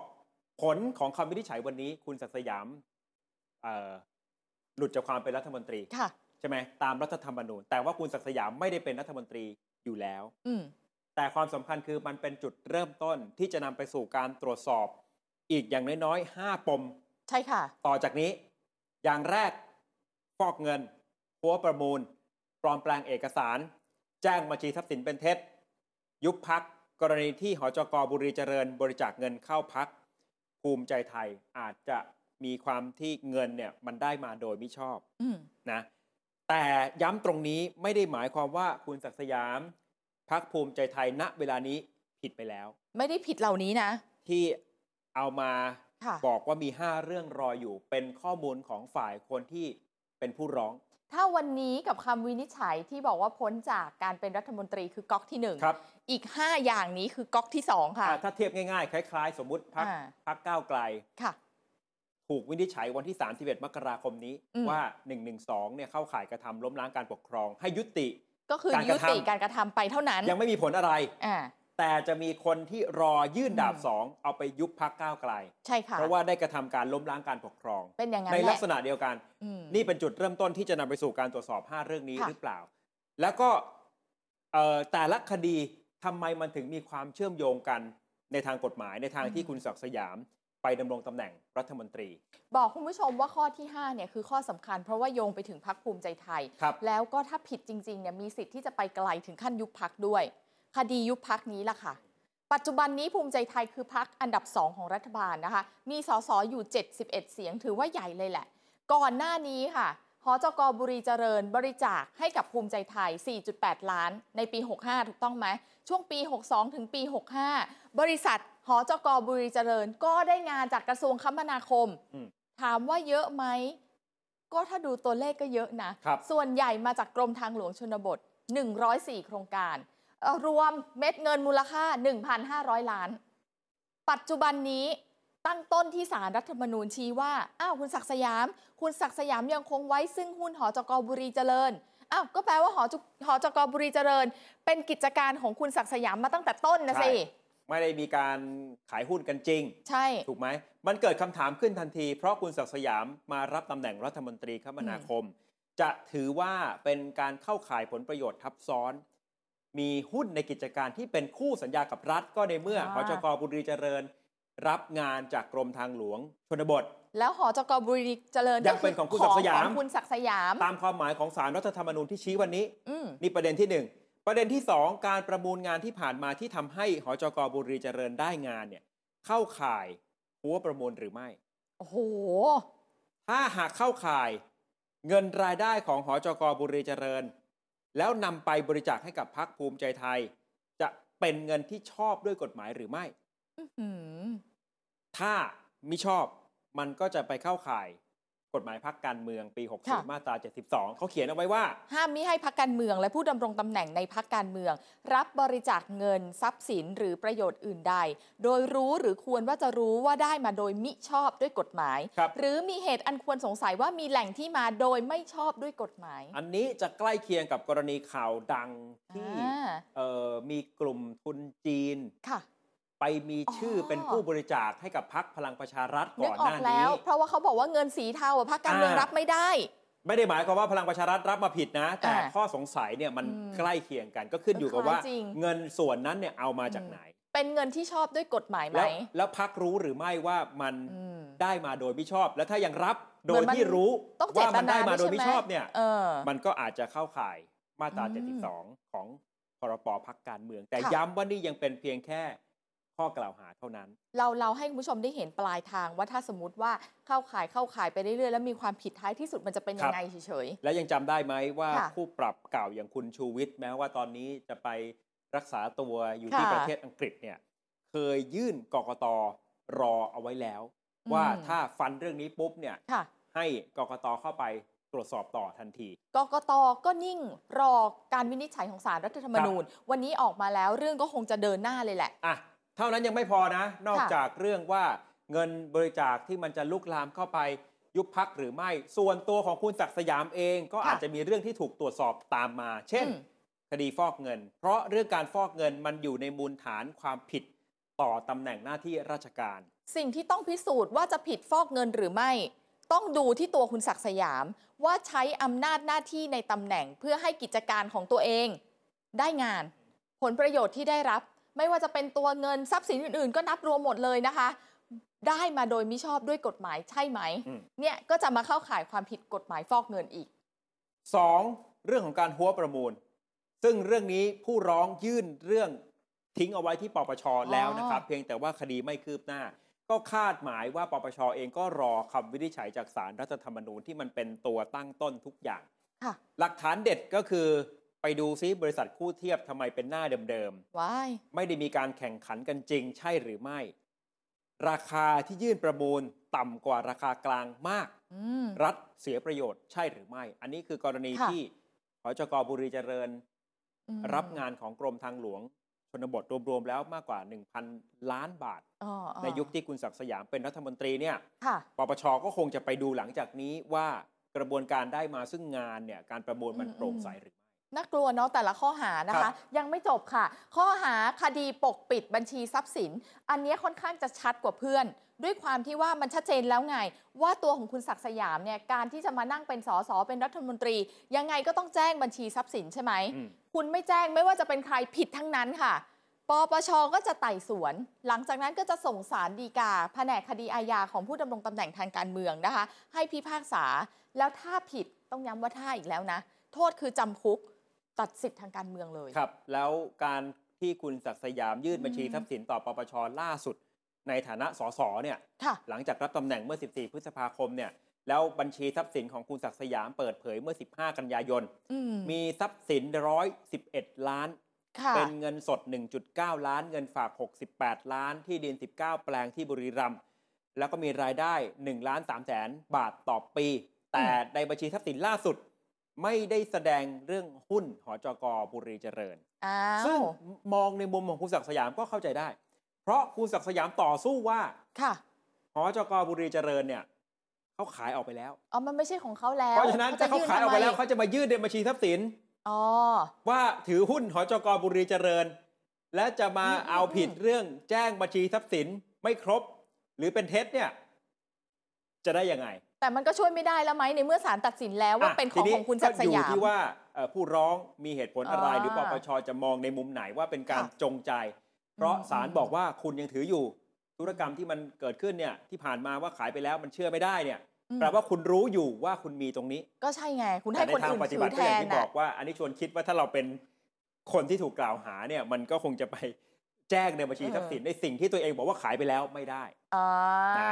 S2: ผลของคำวินิจฉัยวันนี้ คุณศักดิ์สยามเอ่อหลุดจากความเป็นรัฐมนตรี
S3: ค่ะ
S2: ใช่ไหมตามรัฐธรรมนูญ แต่ว่าคุณศักดิ์สยามไม่ได้เป็นรัฐมนตรีอยู่แล้ว
S3: อืม
S2: แต่ความสำคัญคือมันเป็นจุดเริ่มต้นที่จะนำไปสู่การตรวจสอบ อีกอย่างน้อยๆ 5 ปม
S3: ใช่ค่ะ
S2: ต่อจากนี้ อย่างแรกฟอกเงินพัวประมูล ปลอมแปลงเอกสาร แจ้งบัญชีทรัพย์สินเป็นเท็จ ยุบพักกรณีที่หอจกบุรีเจริญ บริจาคเงินเข้าพักภูมิใจไทยอาจจะมีความที่เงินเนี่ยมันได้มาโดยมิชอบ
S3: อืม
S2: นะแต่ย้ำตรงนี้ไม่ได้หมายความว่าคุณศักดิ์สยาม พักภูมิใจไทยณเวลานี้ผิดไปแล้ว
S3: ไม่ได้ผิดเหล่านี้นะ
S2: ที่เอามา
S3: ค่ะ
S2: บอกว่ามี 5 เรื่องรออยู่ เป็นข้อมูลของฝ่ายคนที่เป็นผู้ร้อง
S3: ถ้าวันนี้กับคำวินิจฉัยที่บอกว่าพ้นจากการเป็นรัฐมนตรีคือก๊อกที่หนึ่ง
S2: ครับ
S3: อีก 5 อย่างนี้คือก๊อกที่สองค่ะ
S2: อ่าถ้าเทียบง่ายๆ คล้ายๆ สมมติพัก
S3: อ่า
S2: พักก้าวไกล
S3: ค่ะ
S2: ถูกวินิจฉัยวันที่ 31 มกราคมนี้
S3: อืม
S2: ว่า 112 เนี่ยเข้าข่ายกระทำล้มล้างการปกครอง ให้ยุติ
S3: ก็คือ
S2: การก
S3: ยุ
S2: ระทำ
S3: ติการกระทำไปเท่านั้น
S2: ยังไม่มีผลอะไร
S3: อ่า
S2: แต่จะมีคนที่รอยื่นดาบ
S3: อืม
S2: สองเอาไปยุบพักก้าวไกล
S3: ใช่ค่ะ
S2: เพราะว่าได้กระทำการล้มล้างการปกครอง
S3: เป็นอย่างนั้น
S2: ใน
S3: แห
S2: ลั
S3: ละ
S2: กษณะเดียวกัน
S3: อืม
S2: นี่เป็นจุดเริ่มต้นที่จะนำไปสู่การตรวจสอบ 5 เรื่องนี้
S3: ค่ะ
S2: หรือเปล่า แล้วก็เอ่อแต่ละคดีทำไมมันถึงมีความเชื่อมโยงกันในทางกฎหมาย ในทางที่คุณศักดิ์สยามไปดำรงตำแหน่งรัฐมนตรี
S3: บอกคุณผู้ชมว่าข้อที่5เนี่ยคือข้อสำคัญ เพราะว่าโยงไปถึงพักภูมิใจไทย
S2: ครับ
S3: แล้วก็ถ้าผิดจริงๆเนี่ยมีสิทธิ์ที่จะไปไกลถึงขั้นยุบพักด้วย คดียุบพักนี้ล่ะค่ะ ปัจจุบันนี้ภูมิใจไทยคือพักอันดับสองของรัฐบาลนะคะ มีสสอยู่ 71 เสียงถือว่าใหญ่เลยแหละ ก่อนหน้านี้ค่ะหอจกบุรีเจริญบริจาคให้กับภูมิใจไทย 4.8 ล้านในปี 65 ถูกต้องไหม ช่วงปี 62 ถึงปี 65 บริษัทหอจกบุรีเจริญ ก็ได้งานจากกระทรวงคมนาคม
S2: อืม
S3: ถามว่าเยอะไหม ก็ถ้าดูตัวเลขก็เยอะนะ
S2: ครับ
S3: ส่วนใหญ่มาจากกรมทางหลวงชนบท 104 โครงการเอ่อรวมเม็ดเงินมูลค่า 1,500 ล้าน ปัจจุบันนี้ตั้งต้นที่สารรัฐธรรมนูญชี้ว่า อ้าวคุณศักดิ์สยาม คุณศักดิ์สยามยังคงไว้ซึ่งหุ้นหอจกบุรีเจริญ อ้าวก็แปลว่าหอจหอจกบุรีเจริญ เป็นกิจการของคุณศักดิ์สยามมาตั้งแต่ต้นนะสิ
S2: ใช่ ไม่ได้มีการขายหุ้นกันจริง
S3: ใช่
S2: ถูกไหม มันเกิดคำถามขึ้นทันที เพราะคุณศักดิ์สยามมารับตำแหน่งรัฐมนตรีคมนาคม จะถือว่าเป็นการเข้าข่ายผลประโยชน์ทับซ้อน มีหุ้นในกิจการที่เป็นคู่สัญญากับรัฐก็ในเมื่อห
S3: อ่า
S2: จกบุรีเจริญ รับงานจากกรมทางหลวงชนบท
S3: แล้วหอจกบุรีเจริญ
S2: ยังเป็นของคุณศักดิ์สยาม
S3: ของคุณศักดิ์สยาม
S2: ตามความหมายของสารรัฐธรรมนูญที่ชี้วันนี้
S3: อืม
S2: นี่ประเด็นที่ 1 ประเด็นที่ 2 การประมูลงานที่ผ่านมาที่ทำให้หจกบุรีเจริญได้งานเนี่ยเข้าข่ายหัวประมูลหรือไม่
S3: โอ้โห
S2: ถ้าหากเข้าข่ายเงินรายได้ของหจกบุรีเจริญ แล้วนำไปบริจาคให้กับพักภูมิใจไทย จะเป็นเงินที่ชอบด้วยกฎหมายหรือไม่
S3: อืม
S2: ถ้ามิชอบมันก็จะไปเข้าข่าย กฎหมายพักการเมืองปี
S3: ค่ะ
S2: 60มาตรา72เขาเขียนเอาไว้ว่า
S3: ห้ามมิให้พักการเมืองและผู้ดำรงตำแหน่งในพักการเมือง รับบริจาคเงินทรัพย์สินหรือประโยชน์อื่นใด โดยรู้หรือควรว่าจะรู้ว่าได้มาโดยมิชอบด้วยกฎหมาย
S2: ครับ
S3: หรือมีเหตุอันควรสงสัยว่ามีแหล่งที่มาโดยไม่ชอบด้วยกฎหมาย
S2: อันนี้จะใกล้เคียงกับกรณีข่าวดังที่
S3: อ่า
S2: เอ่อมีกลุ่มทุนจีน
S3: ค่ะ
S2: ไปมีชื่ออ
S3: อ
S2: เป็นผู้บริจาคให้กับพักพลังประชารัฐ
S3: นึ
S2: ก่
S3: ก
S2: อน
S3: อ
S2: ห
S3: อก
S2: น้า
S3: แล้ว
S2: นี้
S3: เพราะว่าเขาบอกว่าเงินสีเทาอะพักการเมือง
S2: อ่ารั
S3: รับไม่ได้
S2: ไม่ได้หมายความว่าพลังประชารัฐรับมาผิดนะ แต่
S3: อ่า
S2: ข้อสงสัยเนี่ยมัน
S3: อืม
S2: ใกล้เคียงกันก็ขึ้นอยู่กับว่า
S3: คล้ายจริง
S2: เงินส่วนนั้นเนี่ยเอามาจากไหน
S3: เป็นเงินที่ชอบด้วยกฎหมายไหม
S2: แล้วแล้วพักรู้หรือไม่ว่ามัน
S3: อืม
S2: ได้มาโดยมิชอบ และถ้ายังรับโดย
S3: เหมือนมัน
S2: ที่รู้
S3: ต้องเจ
S2: ว่า
S3: ต
S2: มัน
S3: นา
S2: ได้มาโดย
S3: ใช่
S2: มิ
S3: ไห
S2: ชอบเนี่ย
S3: เออ
S2: มันก็อาจจะเข้าข่ายมาตรา
S3: อืม
S2: 72 ของพรปพักการเมือง แต่
S3: ค่ะ
S2: ย้ำว่านี่ยังเป็นเพียงแค่ข้อกล่าวหาเท่านั้น
S3: เราเราให้คุณผู้ชมได้เห็นปลายทางว่าถ้าสมมติว่าเข้าข่ายเข้าข่ายไปเรื่อยๆ แล้วมีความผิดท้ายที่สุดมันจะเป็นยังไงเฉย
S2: และยังจำได้ไหมว่า
S3: ค่ะ
S2: คู่ปรับเก่าอย่างคุณชูวิทย์แม้ว่าตอนนี้จะไปรักษาตัวอยู่
S3: ค่ะ
S2: ที่ประเทศอังกฤษเนี่ยเคยยื่นกกตรอเอาไว้แล้ว
S3: อืม
S2: ว่าถ้าฟันเรื่องนี้ปุ๊บเนี่ย
S3: ๆ ค่ะ
S2: ให้กกตเข้าไปตรวจสอบต่อทันที
S3: กกตก็นิ่งรอการวินิจฉัยของสารรัฐธรรมนูญ วันนี้ออกมาแล้วเรื่องก็คงจะเดินหน้าเลยแหละ
S2: อ่ะ เท่านั้นยังไม่พอนะ นอก
S3: ค่ะ
S2: จากเรื่องว่าเงินบริจาคที่มันจะลุกลามเข้าไปยุบพักหรือไม่ ส่วนตัวของคุณศักดิ์สยามเองก็อาจจะมีเรื่องที่ถูกตรวจสอบตามมา เช่น
S3: อืม
S2: คดีฟอกเงิน เพราะเรื่องการฟอกเงินมันอยู่ในมูลฐานความผิดต่อตำแหน่งหน้าที่ราชการ
S3: สิ่งที่ต้องพิสูจน์ว่าจะผิดฟอกเงินหรือไม่ ต้องดูที่ตัวคุณศักดิ์สยาม ว่าใช้อำนาจหน้าที่ในตำแหน่งเพื่อให้กิจการของตัวเอง ได้งาน ผลประโยชน์ที่ได้รับ ไม่ว่าจะเป็นตัวเงินทรัพย์สินอื่นๆ ก็นับรวมหมดเลยนะคะ ได้มาโดยมิชอบด้วยกฎหมายใช่ไหม
S2: อืม
S3: เนี่ยก็จะมาเข้าข่ายความผิดกฎหมายฟอกเงินอีก
S2: 2. เรื่องของการหัวประมูล ซึ่งเรื่องนี้ผู้ร้องยื่นเรื่องทิ้งเอาไว้ที่ปปชแล้วนะครับ เพียงแต่ว่าคดีไม่คืบหน้า ก็คาดหมายว่าปปชเองก็รอคำวินิจฉัยจากสารรัฐธรรมนูญที่มันเป็นตัวตั้งต้นทุกอย่าง
S3: ค่ะ
S2: หลักฐานเด็ดก็คือไปดูซิบริษัทคู่เทียบทำไมเป็นหน้าเดิมๆ
S3: ว้าย
S2: ไม่ได้มีการแข่งขันกันจริงใช่หรือไม่ ราคาที่ยื่นประมูลต่ำกว่าราคากลางมาก
S3: อืม
S2: รัฐเสียประโยชน์ใช่หรือไม่ อันนี้คือกรณี
S3: ค่ะ
S2: ที่หจกบุรีเจริญ
S3: อืม
S2: รับงานของกรมทางหลวง ชนบทรวมๆแล้วมากกว่า 1,000 ล้านบาท
S3: อ๋ออ๋อ
S2: ในยุคที่คุณศักดิ์สยามเป็นรัฐมนตรีเนี่ย
S3: ค่ะ
S2: ปปชก็คงจะไปดูหลังจากนี้ว่ากระบวนการได้มาซึ่งงานเนี่ยการประมูลมัน
S3: อืม
S2: โปร่งใสหรือ
S3: น่ากลัวเนาะแต่ละข้อหานะ
S2: ครั
S3: คะ
S2: บ
S3: ยังไม่จบค่ะ ข้อหาคดีปกปิดบัญชีทรัพย์สิน อันเนี้ยค่อนข้างจะชัดกว่าเพื่อน ด้วยความที่ว่ามันชัดเจนแล้วไง ว่าตัวของคุณศักดิ์สยามเนี่ยการที่จะมานั่งเป็นสสเป็นรัฐมนตรี ยังไงก็ต้องแจ้งบัญชีทรัพย์สินใช่ไหม
S2: อืม
S3: คุณไม่แจ้งไม่ว่าจะเป็นใครผิดทั้งนั้นค่ะ ปปชก็จะไต่สวน หลังจากนั้นก็จะส่งสารดีกา แผนกคดีอาญาของผู้ดำรงตำแหน่งทางการเมืองนะคะ ให้พิพากษา แล้วถ้าผิดต้องย้ำว่าถ้าอีกแล้วนะ โทษคือจำคุกตัดสิทธิ์ทางการเมืองเลย
S2: ครับ แล้วการที่คุณศักดิ์สยามยื่นบัญชี
S3: อืม
S2: ทรัพย์สินต่อปปชล่าสุด ในฐานะสสเนี่ย
S3: ค่ะ
S2: หลังจากรับตำแหน่งเมื่อ 14 พฤษภาคมเนี่ยแล้วบัญชีทรัพย์สินของคุณศักดิ์สยามเปิดเผยเมื่อ 15 กันยายน
S3: อืม
S2: มีทรัพย์สิน 111 ล้าน
S3: ค่ะ
S2: เป็นเงินสด 1.9 ล้าน เงินฝาก 68 ล้านที่ดิน 19 แปลงที่บุรีรัมย์แล้วก็มีรายได้1ล้าน3แสนบาทต่อปี แต่ในบัญชีทรัพย์สินล่าสุด ไม่ได้แสดงเรื่องหุ้นหจกบุรีเจริญ
S3: อ้า
S2: ซึ่ง
S3: ว
S2: มองในมุมของคุณศักดิ์สยามก็เข้าใจได้ เพราะคุณศักดิ์สยามต่อสู้ว่า
S3: ค่ะ
S2: หอจกบุรีเจริญเนี่ยเขาขายออกไปแล้ว
S3: อ๋อมันไม่ใช่ของเขาแล้ว
S2: เพราะฉะนั้นถ้าเขาขายออกไปแล้ว
S3: เขาจะน
S2: เขาจะ
S3: ทำม
S2: มายื่นในบัญชีทรัพย์สิน
S3: อ๋อ
S2: ว่าถือหุ้นหอจกบุรีเจริญ และจะมา
S3: อืม
S2: เอาผิด
S3: อืม
S2: เรื่องแจ้งบัญชีทรัพย์สินไม่ครบ หรือเป็นเท็จเนี่ย จะได้ยังไง
S3: แต่ แต่มันก็ช่วยไม่ได้แล้วไหมในเมื่อศาลตัดสินแล้วว่า
S2: อ่ะ
S3: เป็นข
S2: ที
S3: องของคุณศักดิ์สยา
S2: อยู่
S3: ม
S2: ที่ว่าเอ่อผู้ร้องมีเหตุผลอะไร
S3: อ่า
S2: หรือปปชจะมองในมุมไหนว่าเป็นการ
S3: ค่ะ
S2: จงใจ เพราะ
S3: อืม
S2: ศาลบอกว่าคุณยังถืออยู่ธุรกรรมที่มันเกิดขึ้นเนี่ยที่ผ่านมาว่าขายไปแล้วมันเชื่อไม่ได้เนี่ย
S3: อืม
S2: แปลว่าคุณรู้อยู่ว่าคุณมีตรงนี้
S3: ก็ใช่ไง คุณ
S2: แต่ใน
S3: ให้คน
S2: ทาง
S3: อื่น
S2: ปฏิ
S3: ถื
S2: บั
S3: อ
S2: ติ
S3: แท
S2: ก็อย่าง
S3: น
S2: ที่บ
S3: น่ะ
S2: อกว่า อันนี้ชวนคิดว่าถ้าเราเป็นคนที่ถูกกล่าวหาเนี่ยมันก็คงจะไปแจ้งในบัญชี
S3: เออ
S2: ทรัพย์สินในสิ่งที่ตัวเองบอกว่าขายไปแล้วไม่ได้
S3: อ่า
S2: นะ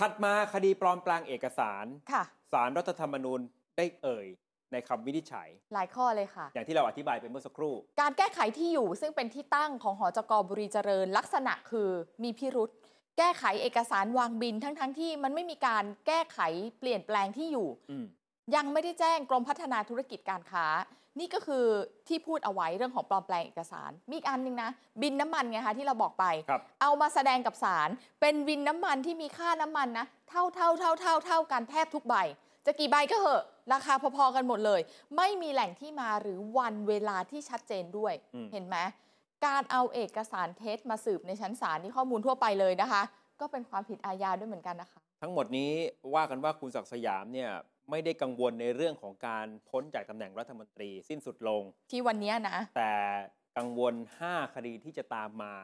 S2: ถัดมาคดีปลอมแปลงเอกสาร
S3: ค่ะ
S2: สารรัฐธรรมนูญได้เอ่ย ในคำวินิจฉัย
S3: หลายข้อเลยค่ะ
S2: อย่างที่เราอธิบายไปเมื่อสักครู่
S3: การแก้ไขที่อยู่ซึ่งเป็นที่ตั้งของหอจกบุรีเจริญ ลักษณะคือมีพิรุษแก้ไขเอกสารวางบินทั้งๆทที่มันไม่มีการแก้ไขเปลี่ยนแปลงที่อยู่
S2: อืม
S3: ยังไม่ได้แจ้งกรมพัฒนาธุรกิจการค้า นี่ก็คือที่พูดเอาไว้เรื่องของปลอมแปลงเอกสาร มีอีกอันหนึงนะ บินน้ำมันไงคะที่เราบอกไป
S2: ครับ
S3: เอามาแสดงกับศาลเป็นบินน้ำมันที่มีค่าน้ำมันนะ เท่าเท่าเท่าเท่าเท่ากันแทบทุกใบ จะกี่ใบก็เหอะ ราคาพอๆกันหมดเลย ไม่มีแหล่งที่มาหรือวันเวลาที่ชัดเจนด้วย
S2: อืม
S3: เห็นไหมการเอาเอกสารเท็จมาสืบในชั้นศาลนี่ข้อมูลทั่วไปเลยนะคะ ก็เป็นความผิดอาญาด้วยเหมือนกันนะคะ
S2: ทั้งหมดนี้ว่ากันว่าคุณศักดิ์สยามเนี่ยไม่ได้กังวลในเรื่องของการพ้นจากตำแหน่งรัฐมนตรีสิ้นสุดลง
S3: ที่วันเนี้ยนะ
S2: แต่กังวล 5 คดีที่จะตามมา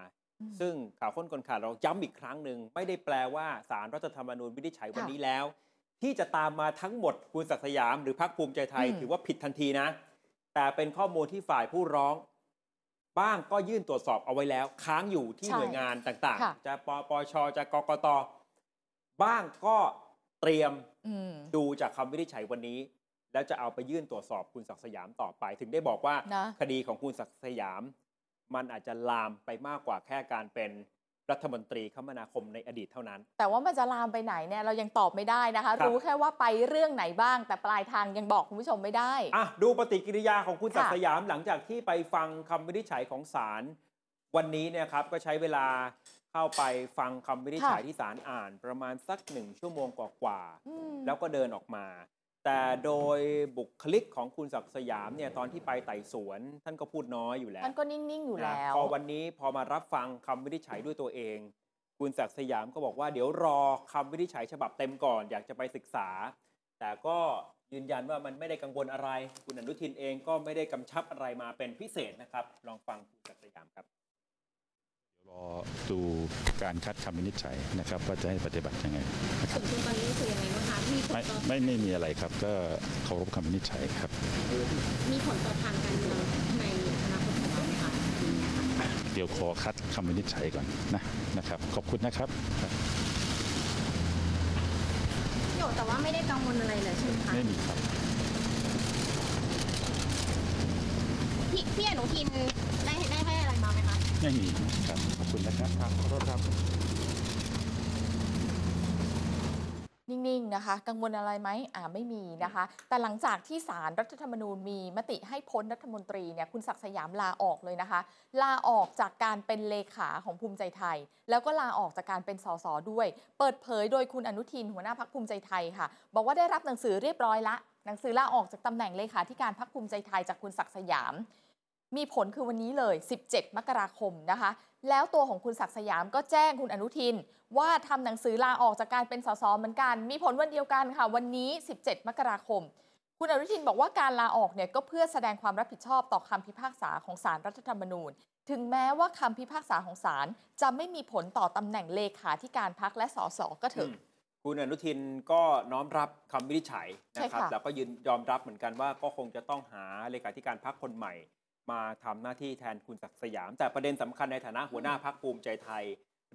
S3: อืม
S2: ซึ่งข่าวข้นคนข่าวเราย้ำอีกครั้งหนึ่ง ไม่ได้แปลว่าสารรัฐธรรมนูญวินิจฉัยวัน
S3: ค่ะ
S2: นี้แล้ว ที่จะตามมาทั้งหมดคุณศักดิ์สยามหรือพักภูมิใจไทย
S3: อืม
S2: ถือว่าผิดทันทีนะ แต่เป็นข้อมูลที่ฝ่ายผู้ร้อง บ้างก็ยื่นตรวจสอบเอาไว้แล้ว ค้างอยู่ที่
S3: ใช่
S2: หน่วยงานต่าง
S3: ค่ะ
S2: ๆ จะปปชจะกกตบ้างก็เตรียม
S3: อืม
S2: ดูจากคำวินิจฉัยวันนี้ แล้วจะเอาไปยื่นตรวจสอบคุณศักดิ์สยามต่อไป ถึงได้บอกว่า
S3: นะ
S2: คดีของคุณศักดิ์สยาม มันอาจจะลามไปมากกว่าแค่การเป็นรัฐมนตรีคมนาคมในอดีตเท่านั้น
S3: แต่ว่ามันจะลามไปไหนเนี่ยเรายังตอบไม่ได้นะคะ
S2: ครับ
S3: รู้แค่ว่าไปเรื่องไหนบ้าง แต่ปลายทางยังบอกคุณผู้ชมไม่ได้
S2: อ่ะดูปฏิกิริยาของคุณ
S3: ค่ะ
S2: ศักดิ์สยามหลังจากที่ไปฟังคำวินิจฉัยของศาลวันนี้เนี่ยครับก็ใช้เวลาเข้าไปฟังคำวินิจฉัยที่ศาลอ่าน ประมาณสักหนึ่งชั่วโมงกว่าๆ
S3: อืม
S2: แล้วก็เดินออกมา แต่โดยบุคลิกของคุณศักดิ์สยามเนี่ยตอนที่ไปไต่สวนท่านก็พูดน้อยอยู่แล้ว
S3: ท่านก็นิ่ง ๆ อยู่
S2: นะ
S3: แล้ว
S2: พอวันนี้พอมารับฟังคำวินิจฉัยด้วยตัวเอง คุณศักดิ์สยามก็บอกว่าเดี๋ยวรอคำวินิจฉัยฉบับเต็มก่อน อยากจะไปศึกษา แต่ก็ยืนยันว่ามันไม่ได้กังวลอะไร คุณอนุทินเองก็ไม่ได้กำชับอะไรมาเป็นพิเศษนะครับ ลองฟังคุณศักดิ์สยามครับ
S4: รอดูการคัดคำวินิจฉัยนะครับว่าจะให้ปฏิบัติยังไง
S5: ส่วนตัวตอนนี้รู้สึกยังไงบ้างคะ มีผล
S4: ไม่
S5: ต่อ
S4: ไม่ไม่มีอะไรครับก็เคารพคำวินิจฉัยครับ
S5: มีผลต่อทางการเมืองในอนาคตของเราไหมคะปีเนี้ยค่ะ
S4: เดี๋ยวขอคัดคำวินิจฉัยก่อนนะนะครับ ขอบคุณนะครับ
S5: โยแต่ว่าไม่ได้กังวลอะไรเลยใช่ไหมคะ
S4: ไม่มีครับ
S5: พี่พี่อนุทินได้ได้ให้อะไรมาไหมคะ
S4: ไม่มีครับขอบคุณนะครับครับขอโทษครับ
S3: นิ่ง ๆ นะคะ กังวลอะไรไหมอ่าไม่มีนะคะ แต่หลังจากที่สารรัฐธรรมนูญมีมติให้พ้นรัฐมนตรีเนี่ยคุณศักดิ์สยามลาออกเลยนะคะ ลาออกจากการเป็นเลขาของภูมิใจไทย แล้วก็ลาออกจากการเป็นสสด้วย เปิดเผยโดยคุณอนุทินหัวหน้าพักภูมิใจไทยค่ะ บอกว่าได้รับหนังสือเรียบร้อยละ หนังสือลาออกจากตำแหน่งเลขาธิการพักภูมิใจไทยจากคุณศักดิ์สยาม มีผลคือวันนี้เลย 17 มกราคมนะคะ แล้วตัวของคุณศักดิ์สยามก็แจ้งคุณอนุทิน ว่าทำหนังสือลาออกจากการเป็นสสเหมือนกัน มีผลวันเดียวกันค่ะ วันนี้ 17 มกราคม คุณอนุทินบอกว่าการลาออกเนี่ยก็เพื่อแสดงความรับผิดชอบต่อคำพิพากษาของศาลรัฐธรรมนูญ ถึงแม้ว่าคำพิพากษาของศาลจะไม่มีผลต่อตำแหน่งเลขาธิการพักและสสก็เถอะ
S2: อืมคุณอนุทินก็น้อมรับคำวินิจฉัยนะครับ
S3: ใช่ค่ะ
S2: แล้วก็ยืนยอมรับเหมือนกันว่าก็คงจะต้องหาเลขาธิการพักคนใหม่ มาทำหน้าที่แทนคุณศักดิ์สยาม แต่ประเด็นสำคัญในฐานะหัวหน้าพักภูมิใจไทย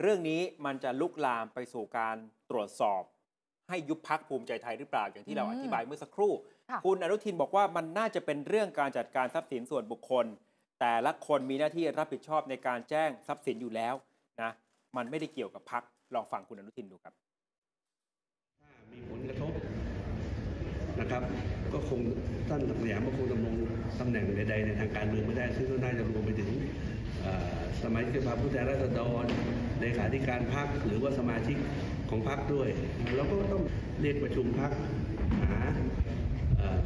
S2: เรื่องนี้มันจะลุกลามไปสู่การตรวจสอบ ให้ยุบพักภูมิใจไทยหรือเปล่าอย่างที่เรา
S3: อืม
S2: อธิบายเมื่อสักครู่
S3: ค่ะ
S2: คุณอนุทินบอกว่ามันน่าจะเป็นเรื่องการจัดการทรัพย์สินส่วนบุคคล แต่ละคนมีหน้าที่รับผิดชอบในการแจ้งทรัพย์สินอยู่แล้วนะมันไม่ได้เกี่ยวกับพักลองฟังคุณอนุทินดูครับ
S6: มีผลกระทบนะครับ ก็คงท่านศักดิ์สยามก็คงดำรงตำแหน่งใดๆในทางการเมืองไม่ได้ ซึ่งก็น่าจะรวมไปถึงเอ่อสมาชิกสภาผู้แทนราษฎรเลขาธิการพรรคหรือว่าสมาชิกของพรรคด้วยแล้วก็ต้องเรียกประชุมพรรคหาเอ่อ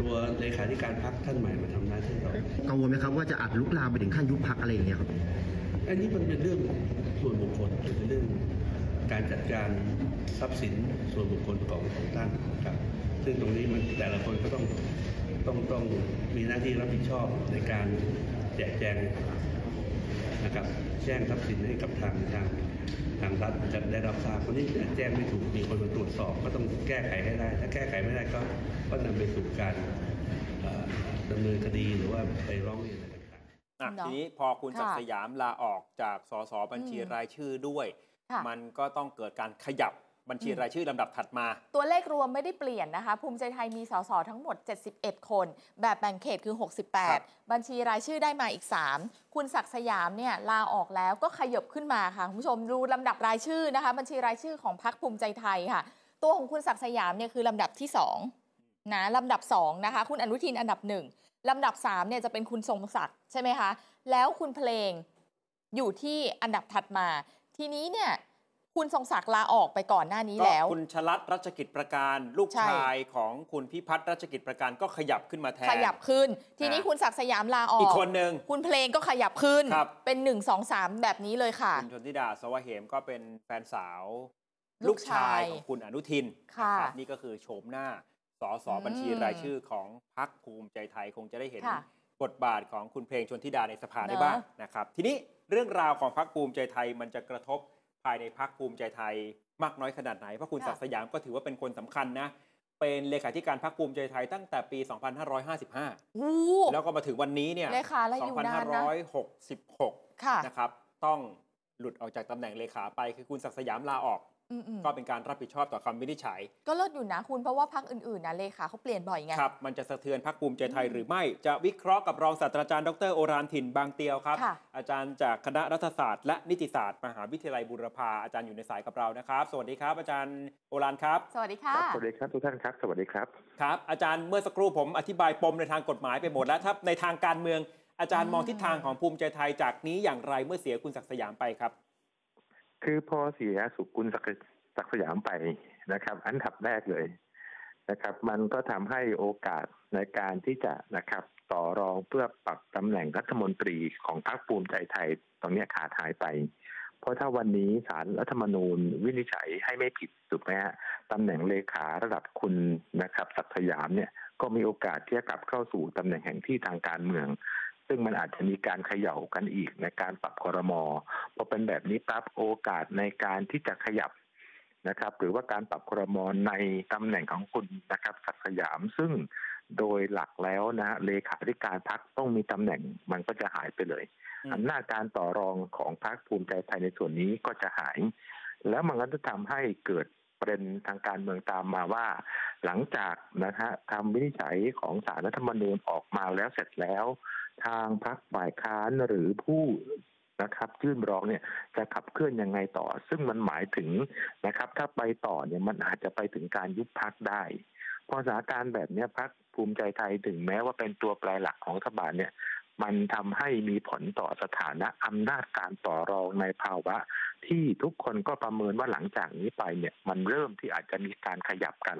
S6: ตัวเลขาธิการพรรคท่านใหม่มาทำหน้าที่ต่อ
S7: กังวลไหมครับว่าจะอาจลุกลามไปถึงขั้นยุบพักอะไรอย่างเงี้ยครับ
S6: อันนี้มันเป็นเรื่องส่วนบุคคลเป็นเรื่องการจัดการ ทรัพย์สินส่วนบุคคลของของท่านครับซึ่งตรงนี้มันแต่ละคนก็ต้องต้องต้องมีหน้าที่รับผิดชอบในการแจกแจงนะครับแจ้งทรัพย์สินให้กับทางทางทางรัฐจะได้รับทราบคนนี้แจ้งไม่ถูกมีคนมาตรวจสอบ ก็ต้องแก้ไขให้ได้ ถ้าแก้ไขไม่ได้ก็ก็นำไปสู่การเอ่อดำเนินคดีหรือว่าไปร้องเรียนอะไรต่างๆ
S2: อ่ะ
S3: เนาะ
S2: ทีนี้พอคุณ
S3: ค่ะ
S2: ศักดิ์สยามลาออกจากสสบัญชี
S3: อืม
S2: รายชื่อด้วย
S3: ค่ะ
S2: มันก็ต้องเกิดการขยับบัญชีรายชื่อลำดับถัดมา
S3: ตัวเลขรวมไม่ได้เปลี่ยนนะคะ ภูมิใจไทยมีสสทั้งหมด 71 คน แบบแบ่งเขตคือ
S2: ครับ
S3: 68 บัญชีรายชื่อได้มาอีก 3 คุณศักดิ์สยามเนี่ยลาออกแล้วก็ขยบขึ้นมาค่ะ คุณผู้ชมดูลำดับรายชื่อนะคะ บัญชีรายชื่อของพรรคภูมิใจไทยค่ะ ตัวของคุณศักดิ์สยามเนี่ยคือลำดับที่ 2 นะลำดับ 2 นะคะ คุณอนุทินอันดับ 1 ลำดับ 3 เนี่ยจะเป็นคุณทรงศักดิ์ใช่ไหมคะ แล้วคุณเพลงอยู่ที่อันดับถัดมา ทีนี้เนี่ยคุณทรงศักดิ์ลาออกไปก่อนหน้านี้
S2: ก็
S3: แล้ว
S2: คุณชลัดรัชกิจประการ ลูก
S3: ใช่
S2: ชายของคุณพิพัฒน์รัชกิจประการก็ขยับขึ้นมาแทน
S3: ขยับขึ้น ทีนี้
S2: อ่า
S3: คุณศักดิ์สยามลาออก
S2: อีกคนหนึ่ง
S3: คุณเพลงก็ขยับขึ้น
S2: ครับ
S3: เป็น 1 2 3 แบบนี้เลยค่ะ
S2: คุณชนธิดาสวะเหมก็เป็นแฟนสาว
S3: ลู
S2: ลู
S3: ก
S2: ก
S3: ชา
S2: ชาย ยของคุณอนุทิน
S3: ค่ะ
S2: นรับนี่ก็คือโฉมหน้าสอสอ
S3: อืม
S2: บัญชีรายชื่อของพรรคภูมิใจไทยคงจะได้เห็น
S3: ค่ะ
S2: บทบาทของคุณเพลงชนธิดาในสภาได้
S3: เนอะ
S2: บ้างนะครับ ทีนี้เรื่องราวของพรรคภูมิใจไทยมันจะกระทบภายในพรรคภูมิใจไทยมากน้อยขนาดไหนเพราะคุณศักดิ์สยามก็ถือว่าเป็นคนสำคัญนะ เป็นเลขาธิการพรรคภูมิใจไทยตั้งแต่ปี 2555
S3: วู้
S2: แล้วก็มาถึงวันนี้เนี่ย
S3: เลขาและอยู่นานนะ
S2: 2566
S3: ค่ะ
S2: นะครับ ต้องหลุดออกจากตำแหน่งเลขาไป คือคุณศักดิ์สยามลาออก
S3: อืมๆ
S2: ก็เป็นการรับผิดชอบต่อคำวินิจฉัย
S3: ก็เลิศอยู่นะคุณเพราะว่าพักอื่นๆนะเลขาเขาเปลี่ยนบ่อยไง
S2: ครับ มันจะสะเทือนพักภูมิใจไทยหรือไม่ จะวิเคราะห์กับรองศาสตราจารย์ดรโอรานถิ่นบางเตียวครับ
S3: ค่ะ
S2: อาจารย์จากคณะรัฐศาสตร์และนิติศาสตร์มหาวิทยาลัยบูรพา อาจารย์อยู่ในสายกับเรานะครับ สวัสดีครับ อาจารย์โอรานครับ
S3: สวัสดีค่ะ
S8: ครับสวัสดีครับทุกท่านครับ สวัสดีครับ
S2: ครับ อาจารย์เมื่อสักครู่ผมอธิบายปมในทางกฎหมายไปหมดแล้วถ้าในทางการเมือง อาจารย์
S3: อืม
S2: มองทิศทางของภูมิใจไทยจากนี้อย่างไรเมื่อเสียคุณศักดิ์สยามไปครับ
S8: คือพอเสียสุกุลศักดิ์ศักดิ์สยามไปนะครับ อันดับแรกเลยนะครับ มันก็ทำให้โอกาสในการที่จะนะครับ ต่อรองเพื่อปรับตำแหน่งรัฐมนตรีของพรรคภูมิใจไทยตรงเนี้ยขาดหายไป เพราะถ้าวันนี้สารรัฐธรรมนูญวินิจฉัยให้ไม่ผิดถูกไหมฮะตำแหน่งเลขาระดับคุณนะครับศักดิ์สยามเนี่ยก็มีโอกาสที่จะกลับเข้าสู่ตำแหน่งแห่งที่ทางการเมือง ซึ่งมันอาจจะมีการเขย่ากันอีกในการปรับครม พอเป็นแบบนี้ปั๊บโอกาสในการที่จะขยับนะครับ หรือว่าการปรับครมในตำแหน่งของคุณนะครับศักดิ์สยาม ซึ่งโดยหลักแล้วนะฮะเลขาธิการพักต้องมีตำแหน่งมันก็จะหายไปเลย
S2: อืม
S8: อำนาจการต่อรองของพรรคภูมิใจไทยในส่วนนี้ก็จะหาย แล้วมันก็จะทำให้เกิดประเด็นทางการเมืองตามมาว่า หลังจากนะฮะคำวินิจฉัยของสารรัฐธรรมนูญออกมาแล้วเสร็จแล้ว ทางพรรคฝ่ายค้านหรือผู้นะครับยื่นร้องเนี่ยจะขับเคลื่อนยังไงต่อ ซึ่งมันหมายถึงนะครับ ถ้าไปต่อเนี่ยมันอาจจะไปถึงการยุบพักได้เพอสถานการณ์แบบเนี้ยพักภูมิใจไทยถึงแม้ว่าเป็นตัวแปรหลักของรัฐบาลเนี่ย มันทำให้มีผลต่อสถานะอำนาจการต่อรองในภาวะ ที่ทุกคนก็ประเมินว่าหลังจากนี้ไปเนี่ย มันเริ่มที่อาจจะมีการขยับกัน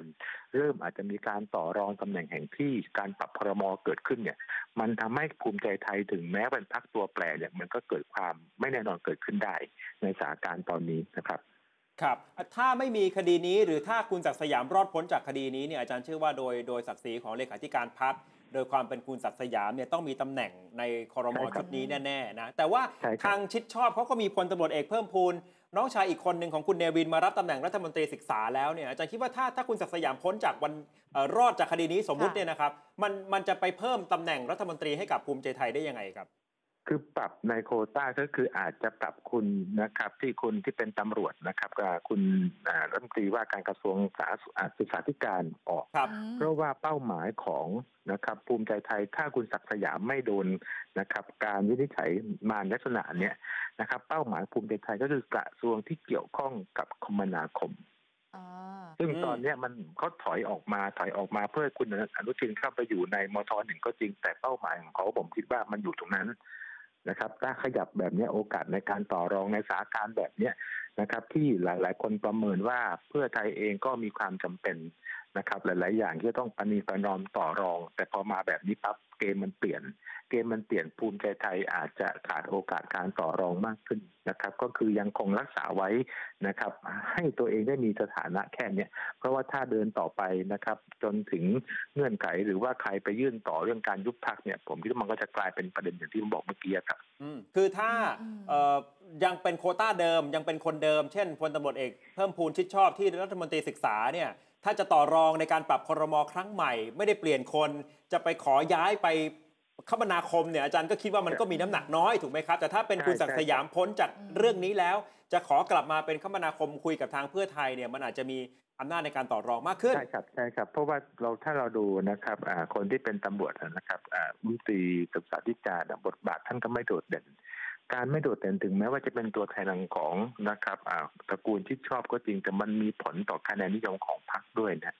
S8: เริ่มอาจจะมีการต่อรองตำแหน่งแห่งที่การปรับพรมเกิดขึ้นเนี่ย มันทำให้ภูมิใจไทยถึงแม้เป็นพักตัวแปรเนี่ยมันก็เกิดความไม่แน่นอนเกิดขึ้นได้ในสถานการณ์ตอนนี้นะครับ
S2: ครับถ้าไม่มีคดีนี้หรือถ้าคุณศักดิ์สยามรอดพ้นจากคดีนี้เนี่ยอาจารย์เชื่อว่าโดยโดยศักดิ์ศรีของเลขาธิการพักโดยความเป็นคุณศักดิ์สยามเนี่ยต้องมีตำแหน่งในคอรมอ
S8: ใช่ครับ
S2: ชุดนี้แน่ๆนะแต่ว่า
S8: ใช่ครับ
S2: ทางชิดชอบเขาก็มีพลตำรวจเอกเพิ่มพูนน้องชายอีกคนหนึ่งของคุณเนวินมารับตำแหน่งรัฐมนตรีศึกษาแล้วเนี่ยอาจารย์คิดว่าถ้าถ้าคุณศักดิ์สยามพ้นจากวันเอ่อรอดจากคดีนี้สมมุติเนี่ยนะครับมันมันจะไปเพิ่มตำแหน่งรัฐมนตรีให้กับภูมิใจไทยได้ยังไงครับ
S8: คือปรับในโควต้าก็คืออาจจะปรับคุณนะครับ ที่คุณที่เป็นตำรวจนะครับกับคุณอ่ารัฐมนตรีว่าการกระทรวงสาธารณสุขอ่าศึกษาธิการออก
S2: ครับ
S8: เพราะว่าเป้าหมายของนะครับภูมิใจไทยถ้าคุณศักดิ์สยามไม่โดนนะครับ การวินิจฉัยมาในลักษณะเนี้ยนะครับ เป้าหมายภูมิใจไทยก็คือกระทรวงที่เกี่ยวข้องกับคมนาคม
S3: อ่า
S8: ซึ่ง
S2: อืม
S8: ตอนเนี้ยมันเขาถอยออกมาถอยออกมาเพื่อให้คุณอนุทินเข้าไปอยู่ในมทหนึ่งก็จริง แต่เป้าหมายของเขาผมคิดว่ามันอยู่ตรงนั้นนะครับ ถ้าขยับแบบเนี้ยโอกาสในการต่อรองในสถานการณ์แบบเนี้ยนะครับ ที่หลาย ๆ คนประเมินว่าเพื่อไทยเองก็มีความจำเป็น นะครับหลาย ๆ อย่างที่จะต้องปณีประนอมต่อรอง แต่พอมาแบบนี้ปั๊บเกมมันเปลี่ยน เกมมันเปลี่ยนภูมิใจไทยอาจจะขาดโอกาสการต่อรองมากขึ้นนะครับ ก็คือยังคงรักษาไว้นะครับ ให้ตัวเองได้มีสถานะแค่เนี้ยเพราะว่าถ้าเดินต่อไปนะครับ จนถึงเงื่อนไขหรือว่าใครไปยื่นต่อเรื่องการยุบพรรคเนี่ย ผมคิดว่ามันก็จะกลายเป็นประเด็นอย่างที่ผมบอกเมื่อกี้ครับ
S2: อืมคือถ้า
S3: อืม
S2: เอ่อยังเป็นโควต้าเดิมยังเป็นคนเดิม เช่นพลตำรวจเอกเพิ่มพูนชิดชอบที่รัฐมนตรีศึกษาเนี่ยถ้าจะต่อรองในการปรับครมครั้งใหม่ ไม่ได้เปลี่ยนคนจะไปขอย้ายไปคมนาคมเนี่ยอาจารย์ก็คิดว่ามันก็มีน้ำหนักน้อยถูกไหมครับ แต่ถ้าเป็นคุณ
S8: ใช่
S2: ศักดิ์สยามพ้นจาก
S3: อืม
S2: เรื่องนี้แล้ว จะขอกลับมาเป็นคมนาคมคุยกับทางเพื่อไทยเนี่ยมันอาจจะมีอำนาจในการต่อรองมากขึ้น
S8: ใช่ครับใช่ครับเพราะว่าเราถ้าเราดูนะครับอ่าคนที่เป็นตำรวจนะครับอ่ามิตรีศึกษาธิการอ่ะบทบาทท่านก็ไม่โดดเด่น การไม่โดดเด่นถึงแม้ว่าจะเป็นตัวแทนของนะครับอ่าตระกูลที่ชอบก็จริงแต่มันมีผลต่อคะแนนนิยมของพรรคด้วยนะ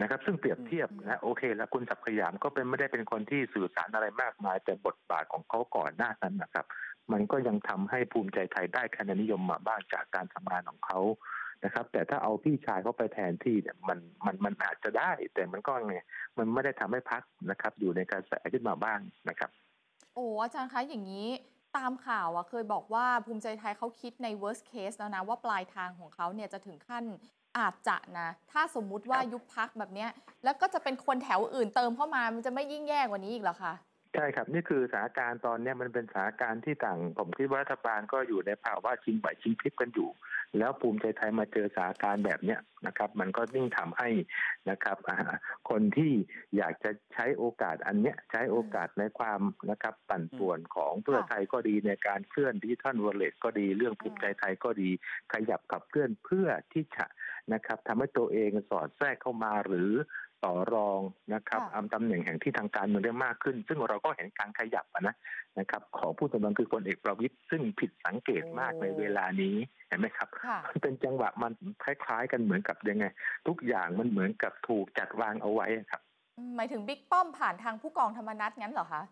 S8: นะครับ ซึ่งเปรียบเทียบนะโอเค แล้วคุณศักดิ์สยามก็เป็นไม่ได้เป็นคนที่สื่อสารอะไรมากมาย แต่บทบาทของเขาก่อนหน้านั้นนะครับ มันก็ยังทำให้ภูมิใจไทยได้คะแนนนิยมมาบ้างจากการทำงานของเขา นะครับแต่ถ้าเอาพี่ชายเขาไปแทนที่เนี่ยมันมันมันอาจจะได้ แต่มันก็ไงมันไม่ได้ทำให้พักนะครับ อยู่ในกระแสขึ้นมาบ้างนะครับ
S3: โอ้อาจารย์คะอย่างนี้ตามข่าวอะเคยบอกว่าภูมิใจไทยเขาคิดใน worst case แล้วนะว่าปลายทางของเขาเนี่ยจะถึงขั้นอาจจะนะ ถ้าสมมุติว่ายุบพักแบบเนี้ย แล้วก็จะเป็นคนแถวอื่นเติมเข้ามามันจะไม่ยิ่งแย่กว่านี้อีกเหรอคะ
S8: ใช่ครับ นี่คือสถานการณ์ตอนเนี้ยมันเป็นสถานการณ์ที่ต่าง ผมคิดว่ารัฐบาลก็อยู่ในภาวะชิงไหวชิงพริบกันอยู่ แล้วภูมิใจไทยมาเจอสถานการณ์แบบเนี้ยนะครับ มันก็ยิ่งทำให้นะครับอ่าคนที่อยากจะใช้โอกาสอันเนี้ยใช้โอกาสในความนะครับปั่นป่วนของเพื่อไทยก็ดีในการเคลื่อนดิจิทัลวอลเล็ตก็ดีเรื่องภูมิใจไทยก็ดี ขยับขับเคลื่อนเพื่อที่จะนะครับทำให้ตัวเองสอดแทรกเข้ามาหรือ ต่อรองนะครับ
S3: ค่ะ
S8: อำตำแหน่งแห่งที่ทางการเมืองได้มากขึ้น ซึ่งเราก็เห็นการขยับอะนะนะครับ ของผู้ดำรงคือคนเอกประวิตยซึ่งผิดสังเกตมากในเวลานี้เห็นไหมครับ
S3: ค่ะ
S8: มันเป็นจังหวะมันคล้ายๆ กันเหมือนกับยังไง ทุกอย่างมันเหมือนกับถูกจัดวางเอาไว้อะครับ
S3: หมายถึงบิ๊กป้อมผ่านทางผู้กองธรรมนัฐงั้นเหรอคะ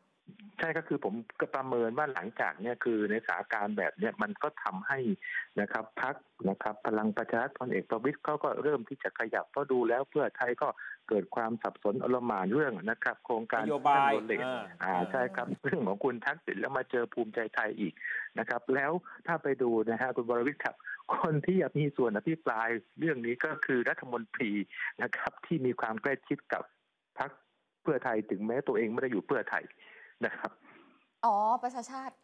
S8: ใช่ก็คือผมก็ประเมินว่าหลังจากเนี่ยคือในสถานการณ์แบบเนี่ยมันก็ทำให้นะครับพักนะครับ พลังประชารัฐพลเอกประวิตยเขาก็เริ่มที่จะขยับเพราะดูแล้วเพื่อไทยก็เกิดความสับสนอลหม่านเรื่องนะครับ โครงการ
S2: นโยบาย
S8: ทงด่วนเหล็ก
S2: อ่า
S8: อ่าใช่ครับ เรื่องของคุณทักษิณแล้วมาเจอภูมิใจไทยอีกนะครับ แล้วถ้าไปดูนะฮะคุณบรวิทย์ครับ คนที่มีส่วนอภิปรายเรื่องนี้ก็คือรัฐมนตรีนะครับ ที่มีความใกล้ชิดกับพักเพื่อไทยถึงแม้ตัวเองไม่ได้อยู่เพื่อไทยนะครับ
S3: อ๋อ ประชาชาติ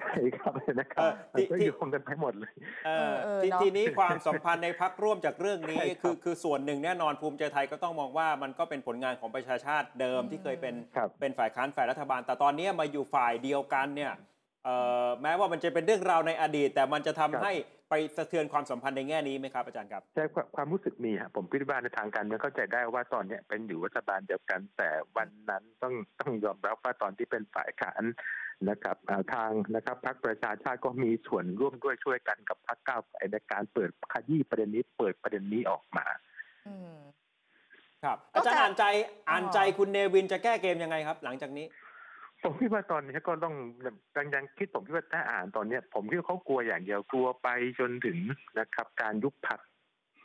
S8: ใช่ครับนะครับ
S2: เออที่
S8: มันก็
S2: ที่
S8: โยงกันไปหมดเลย
S2: เอ่อ
S3: เออ
S2: ท
S3: เออเนอะ
S2: ทีนี้ความสัมพันธ์ในพักร่วมจากเรื่องนี้
S8: ใช่ครับ
S2: คือคือส่วนหนึ่งแน่นอนภูมิใจไทยก็ต้องมองว่ามันก็เป็นผลงานของประชาชาติเดิมที่เคยเป็น
S8: ครับ
S2: เป็นฝ่ายค้านฝ่ายรัฐบาล แต่ตอนนี้มาอยู่ฝ่ายเดียวกันเนี่ยเอ่อแม้ว่ามันจะเป็นเรื่องราวในอดีต แต่มันจะทำให้ไปสะเทือนความสัมพันธ์ในแง่นี้ไหมครับอาจารย์ครับ
S8: ใช่ความความรู้สึกมีครับผมคิดว่าในทางการเมืองเข้าใจได้ว่าตอนเนี้ยเป็นอยู่รัฐบาลเดียวกัน แต่วันนั้นต้องต้องยอมรับว่าตอนที่เป็นฝ่ายค้านนะครับอ่าทางนะครับพรรคประชาชาติก็มีส่วนร่วมด้วยช่วยกันกับพรรคก้าวไกลในการเปิดขยี้ประเด็นนี้เปิดประเด็นนี้ออกมา
S3: อืม
S2: ครับ
S3: ก็
S2: อาจารย์
S3: จะ
S2: อ่านใจอ่านใจ
S3: อ๋อ
S2: คุณเนวินจะแก้เกมยังไงครับ หลังจากนี้
S8: ผมคิดว่าตอนนี้ก็ต้องยังยังคิดผมคิดว่าถ้าอ่านตอนเนี้ย ผมคิดว่าเขากลัวอย่างเดียวกลัวไปจนถึงนะครับ การยุบพรรค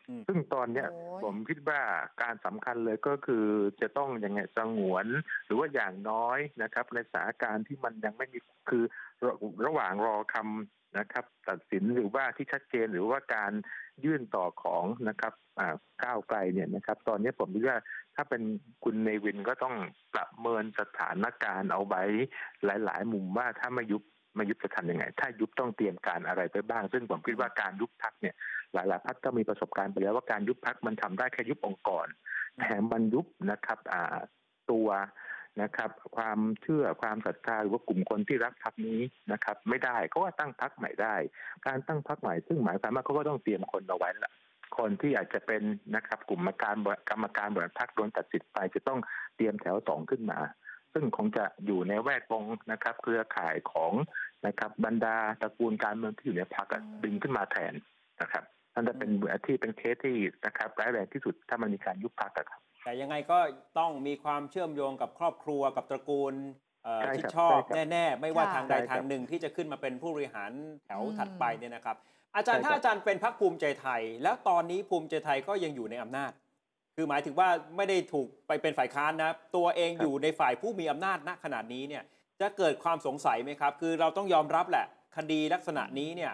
S2: อืม
S8: ซึ่งตอนเนี้ย
S3: โอ้ย
S8: ผมคิดว่าการสำคัญเลยก็คือจะต้องยังไงสงวน หรือว่าอย่างน้อยนะครับ ในสถานการณ์ที่มันยังไม่มีคือระระหว่างรอคำนะครับ ตัดสินหรือว่าที่ชัดเจนหรือว่าการยื่นต่อของนะครับอ่าก้าวไกลเนี่ยนะครับ ตอนนี้ผมคิดว่าถ้าเป็นคุณเนวินก็ต้องประเมินสถานการณ์เอาไว้หลาย ๆ มุมว่าถ้าไม่ยุบไม่ยุบจะทำยังไง ถ้ายุบต้องเตรียมการอะไรไปบ้าง ซึ่งผมคิดว่าการยุบพักเนี่ย หลายๆพักก็มีประสบการณ์ไปแล้วว่าการยุบพักมันทำได้แค่ยุบองค์กร
S2: อืม
S8: แต่มันยุบนะครับอ่าตัวนะครับ ความเชื่อความศรัทธาหรือว่ากลุ่มคนที่รักพักนี้นะครับ ไม่ได้เขาว่าตั้งพักใหม่ได้ การตั้งพักใหม่ซึ่งหมายความว่าเขาก็ต้องเตรียมคนเอาไว้ละคนที่อาจจะเป็นนะครับ กลุ่มกรรมการกรรมการบริหารพักโดนตัดสิทธิ์ไปจะต้องเตรียมแถวสองขึ้นมา ซึ่งคงจะอยู่ในแวดวงนะครับ เครือข่ายของนะครับ บรรดาตระกูลการเมืองที่อยู่ในพัก
S3: อืม
S8: ดึงขึ้นมาแทนนะครับ นั่นจะเป็นที่เป็นเคสที่นะครับร้ายแรงที่สุดถ้ามันมีการยุบพรรคอะครับ
S2: แต่ยังไงก็ต้องมีความเชื่อมโยงกับครอบครัวกับตระกูลเอ่อ
S8: ใช่ครับ
S2: ที่ชอบ
S8: ใช่ครับ
S2: แน่ๆ ไม่ว่า
S3: ค่ะ
S2: ทางใด
S8: ใช่ครับ
S2: ทางหนึ่งที่จะขึ้นมาเป็นผู้บริหารแถว
S3: อืม
S2: ถัดไปเนี่ยนะครับ อาจารย์
S8: ใช่ครับ
S2: ถ้าอาจารย์เป็นพักภูมิใจไทย แล้วตอนนี้ภูมิใจไทยก็ยังอยู่ในอำนาจ คือหมายถึงว่าไม่ได้ถูกไปเป็นฝ่ายค้านนะตัวเอง
S8: ครับ
S2: อยู่ในฝ่ายผู้มีอำนาจณขนาดนี้เนี่ยจะเกิดความสงสัยไหมครับ คือเราต้องยอมรับแหละคดีลักษณะนี้เนี่ย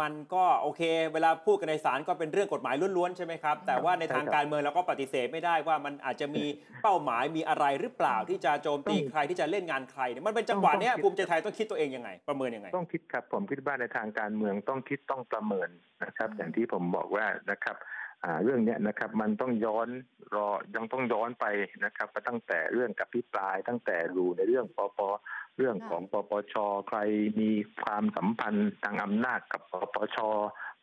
S2: มันก็โอเค เวลาพูดกันในศาลก็เป็นเรื่องกฎหมายล้วนๆใช่ไหมครับ แต่ว่าในทางการเมืองเราก็ปฏิเสธไม่ได้ว่ามันอาจจะมีเป้าหมายมีอะไรหรือเปล่าที่จะโจมตีใครที่จะเล่นงานใครเนี่ยมันเป็นจังหวะเนี้ยภูมิใจไทยต้องคิดตัวเองยังไง ประเมินยังไง
S8: ต้องคิดครับผมคิดว่าในทางการเมืองต้องคิดต้องประเมินนะครับ อย่างที่ผมบอกว่านะครับอ่าเรื่องเนี้ยนะครับมันต้องย้อนรอยังต้องย้อนไปนะครับก็ตั้งแต่เรื่องกับพิปราย ตั้งแต่ดูในเรื่องปปเรื่องของปปช ใครมีความสัมพันธ์ทางอำนาจกับปปช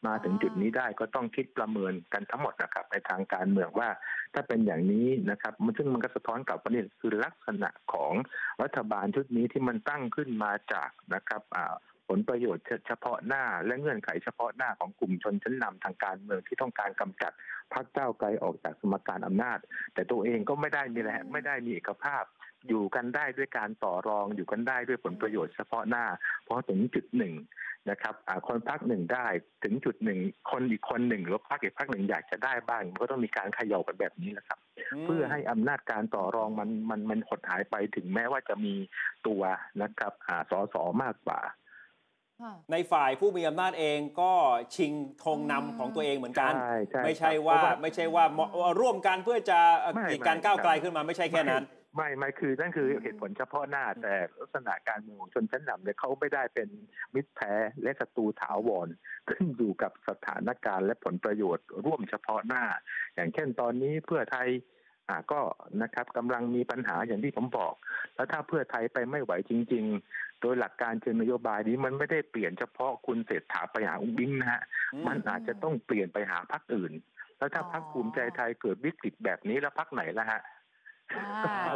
S8: มาถึง
S3: อ่า
S8: จุดนี้ได้ก็ต้องคิดประเมินกันทั้งหมดนะครับในทางการเมืองว่า ถ้าเป็นอย่างนี้นะครับมันซึ่งมันก็สะท้อนกลับว่านี่คือลักษณะของรัฐบาลชุดนี้ที่มันตั้งขึ้นมาจากนะครับอ่าผลประโยชน์เฉพาะหน้า และเงื่อนไขเฉพาะหน้าของกลุ่มชนชั้นนำทางการเมืองที่ต้องการกำจัดพรรคเจ้าวไกลออกจากสมการอำนาจ แต่ตัวเองก็ไม่ได้มีแหละไม่ได้มีเอกภาพ อยู่กันได้ด้วยการต่อรองอยู่กันได้ด้วยผลประโยชน์เฉพาะหน้า เพราะถึงจุดหนึ่งนะครับอ่าคนพักหนึ่งได้ถึงจุดหนึ่งคนอีกคนหนึ่งหรือว่าพักอีกพักหนึ่งอยากจะได้บ้างมันก็ต้องมีการเขย่ากันแบบนี้แหละครับ เพื่อให้อำนาจการต่อรองมันมันมันหดหายไปถึงแม้ว่าจะมีตัวนะครับอ่าสอสอมากกว่า
S3: ค่ะ
S2: ในฝ่ายผู้มีอำนาจเองก็ชิงธงนำ
S3: อ่า
S2: ของตัวเองเหมือนกัน
S8: ใช่ใช่
S2: ไม่ใช่
S8: ครับ
S2: ว่า
S8: เพราะว่า
S2: ไม่ใช่ว่าเหมาะว่าร่วมกันเพื่อจะเอ่อ
S8: ไม่
S2: กีดการ
S8: ไม่
S2: ก้าวไกล
S8: ครับ
S2: ขึ้นมาไม่ใช่แค่นั้น
S8: ไม่ไม่คือนั่นคือ
S3: อืม
S8: เหตุผลเฉพาะหน้า แต่ลักษณะการเมืองของชนชั้นนำเนี่ยเขาไม่ได้เป็นมิตรแท้และศัตรูถาวร ขึ้นอยู่กับสถานการณ์และผลประโยชน์ร่วมเฉพาะหน้า อย่างเช่นตอนนี้เพื่อไทยอ่าก็นะครับกำลังมีปัญหาอย่างที่ผมบอก แล้วถ้าเพื่อไทยไปไม่ไหวจริง ๆ โดยหลักการเชิงนโยบายนี้มันไม่ได้เปลี่ยนเฉพาะคุณเศรษฐาไปหาอุ้งบิ้งนะฮะ
S2: อืม
S8: มันอาจจะต้องเปลี่ยนไปหาพักอื่น แล้วถ้า
S3: อ๋อ
S8: พักภูมิใจไทยเกิดวิกฤตแบบนี้แล้วพักไหนล่ะฮะ
S3: อ่า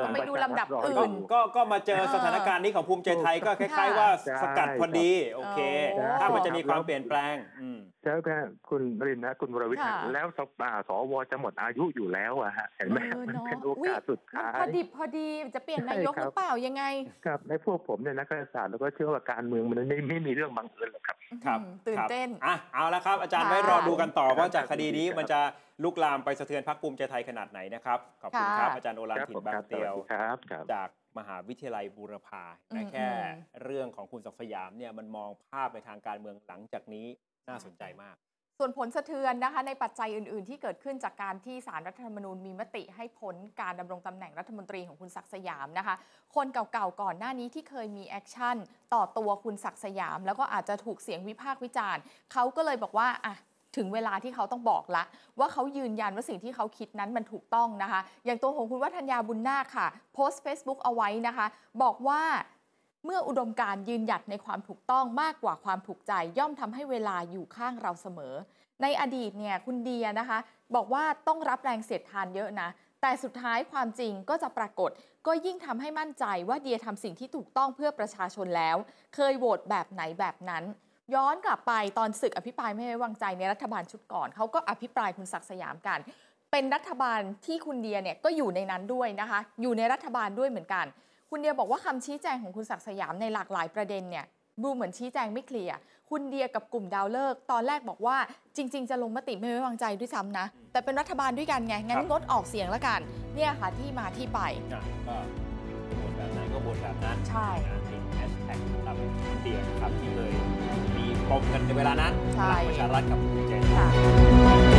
S3: ต้องไปดูลำดับอื่น
S2: ก็ก็มาเจอ
S3: เออ
S2: สถานการณ์นี้ของภูมิใจไทยก็คล้าย
S3: ค่ะ
S2: ๆ ว่าสกัดพอดี โอเค
S3: โอ้
S2: ถ้ามันจะมีความเปลี่ยนแปลงอืม
S8: ใช่ไหมฮะคุณนรินทร์นะคุณวรวิทย์ฮะ
S3: ค่ะ
S8: แล้วสปอ่าสวจะหมดอายุอยู่แล้วอะฮะเห็นไหม
S3: ออ
S8: มัน
S3: อะ
S8: เป็นโอกาส
S3: อุ๊ย
S8: สุดท้า
S3: มันพอย ดิบพอดีจะเปลี่ยนนายก
S8: ใช่ครับ
S3: หรือเปล่ายังไง
S8: ครับในพวกผมเนี่ยนักการศาสตร์แล้วก็เชื่อว่าการเมืองมันไม่ไม่มีเรื่องบังเอิญหรอกครับ
S2: ครับ
S3: อืมตื่นเต้น
S2: อ่ะเอาละครับ อาจารย์
S3: ค่ะ
S2: ไว้รอดูกันต่อ
S8: ครับ
S2: ว่าจากคดีนี้
S8: ครับ
S2: มันจะลุกลามไปสะเทือนพักภูมิใจไทยขนาดไหนนะครับขอบคุณค
S3: ค่ะ
S2: รับอาจารย์โอฬาร
S8: ครับ
S2: ถิ่
S8: ผม
S2: นบา
S8: ครั
S2: ง
S8: บส
S2: เตี
S8: วั
S2: ย
S8: ส
S2: ว
S8: ดีครับครับ
S2: จากมหาวิทยาลัยบูรพา
S3: อืม
S2: นะแค่
S3: อืม
S2: เรื่องของคุณศักดิ์สยามเนี่ยมันมองภาพในทางการเมืองหลังจากนี้น่า
S3: ใช่
S2: สนใจมาก
S3: ส่วนผลสะเทือนนะคะ ในปัจจัยอื่น ๆ ที่เกิดขึ้นจากการที่สารรัฐธรรมนูญมีมติให้พ้นการดำรงตำแหน่งรัฐมนตรีของคุณศักดิ์สยามนะคะ คนเก่าๆก่อนหน้านี้ที่เคยมีแอคชั่นต่อตัวคุณศักดิ์สยาม แล้วก็อาจจะถูกเสียงวิพากษ์วิจารณ์เขาก็เลยบอกว่าอ่ะถึงเวลาที่เขาต้องบอกละ ว่าเขายืนยันว่าสิ่งที่เขาคิดนั้นมันถูกต้องนะคะ อย่างตัวของคุณวัฒนยาบุญนาคค่ะ โพสต์ Facebook เอาไว้นะคะ บอกว่าเมื่ออุดมการณ์ยืนหยัดในความถูกต้องมากกว่าความถูกใจ ย่อมทำให้เวลาอยู่ข้างเราเสมอ ในอดีตเนี่ยคุณเดียนะคะ บอกว่าต้องรับแรงเสียดทานเยอะนะ แต่สุดท้ายความจริงก็จะปรากฏ ก็ยิ่งทำให้มั่นใจว่าเดียทำสิ่งที่ถูกต้องเพื่อประชาชนแล้ว เคยโหวตแบบไหนแบบนั้น ย้อนกลับไปตอนศึกอภิปรายไม่ไว้วางใจในรัฐบาลชุดก่อนเขาก็อภิปรายคุณศักดิ์สยามกัน เป็นรัฐบาลที่คุณเดียเนี่ยก็อยู่ในนั้นด้วยนะคะ อยู่ในรัฐบาลด้วยเหมือนกัน คุณเดียบอกว่าคำชี้แจงของคุณศักดิ์สยามในหลากหลายประเด็นเนี่ยดูเหมือนชี้แจงไม่เคลียร์ คุณเดียกับกลุ่มดาวเลิกษ์ตอนแรกบอกว่าจริง ๆ จะลงมติไม่ไว้วางใจด้วยซ้ำนะ แต่เป็นรัฐบาลด้วยกันไง งั้
S2: ครับ
S3: นงดออกเสียงละกัน เนี่ยค่ะที่มาที่ไป
S2: นะก็โหวตแบบไหนก็โหวตแบบนั้น
S3: ใช่
S2: นะติดแฮชแท็กตับเตียนะครับที่เลยมีปมกันในเวลานั้นพลังประชารัฐกับภูมิใจไทย
S3: ค่ะ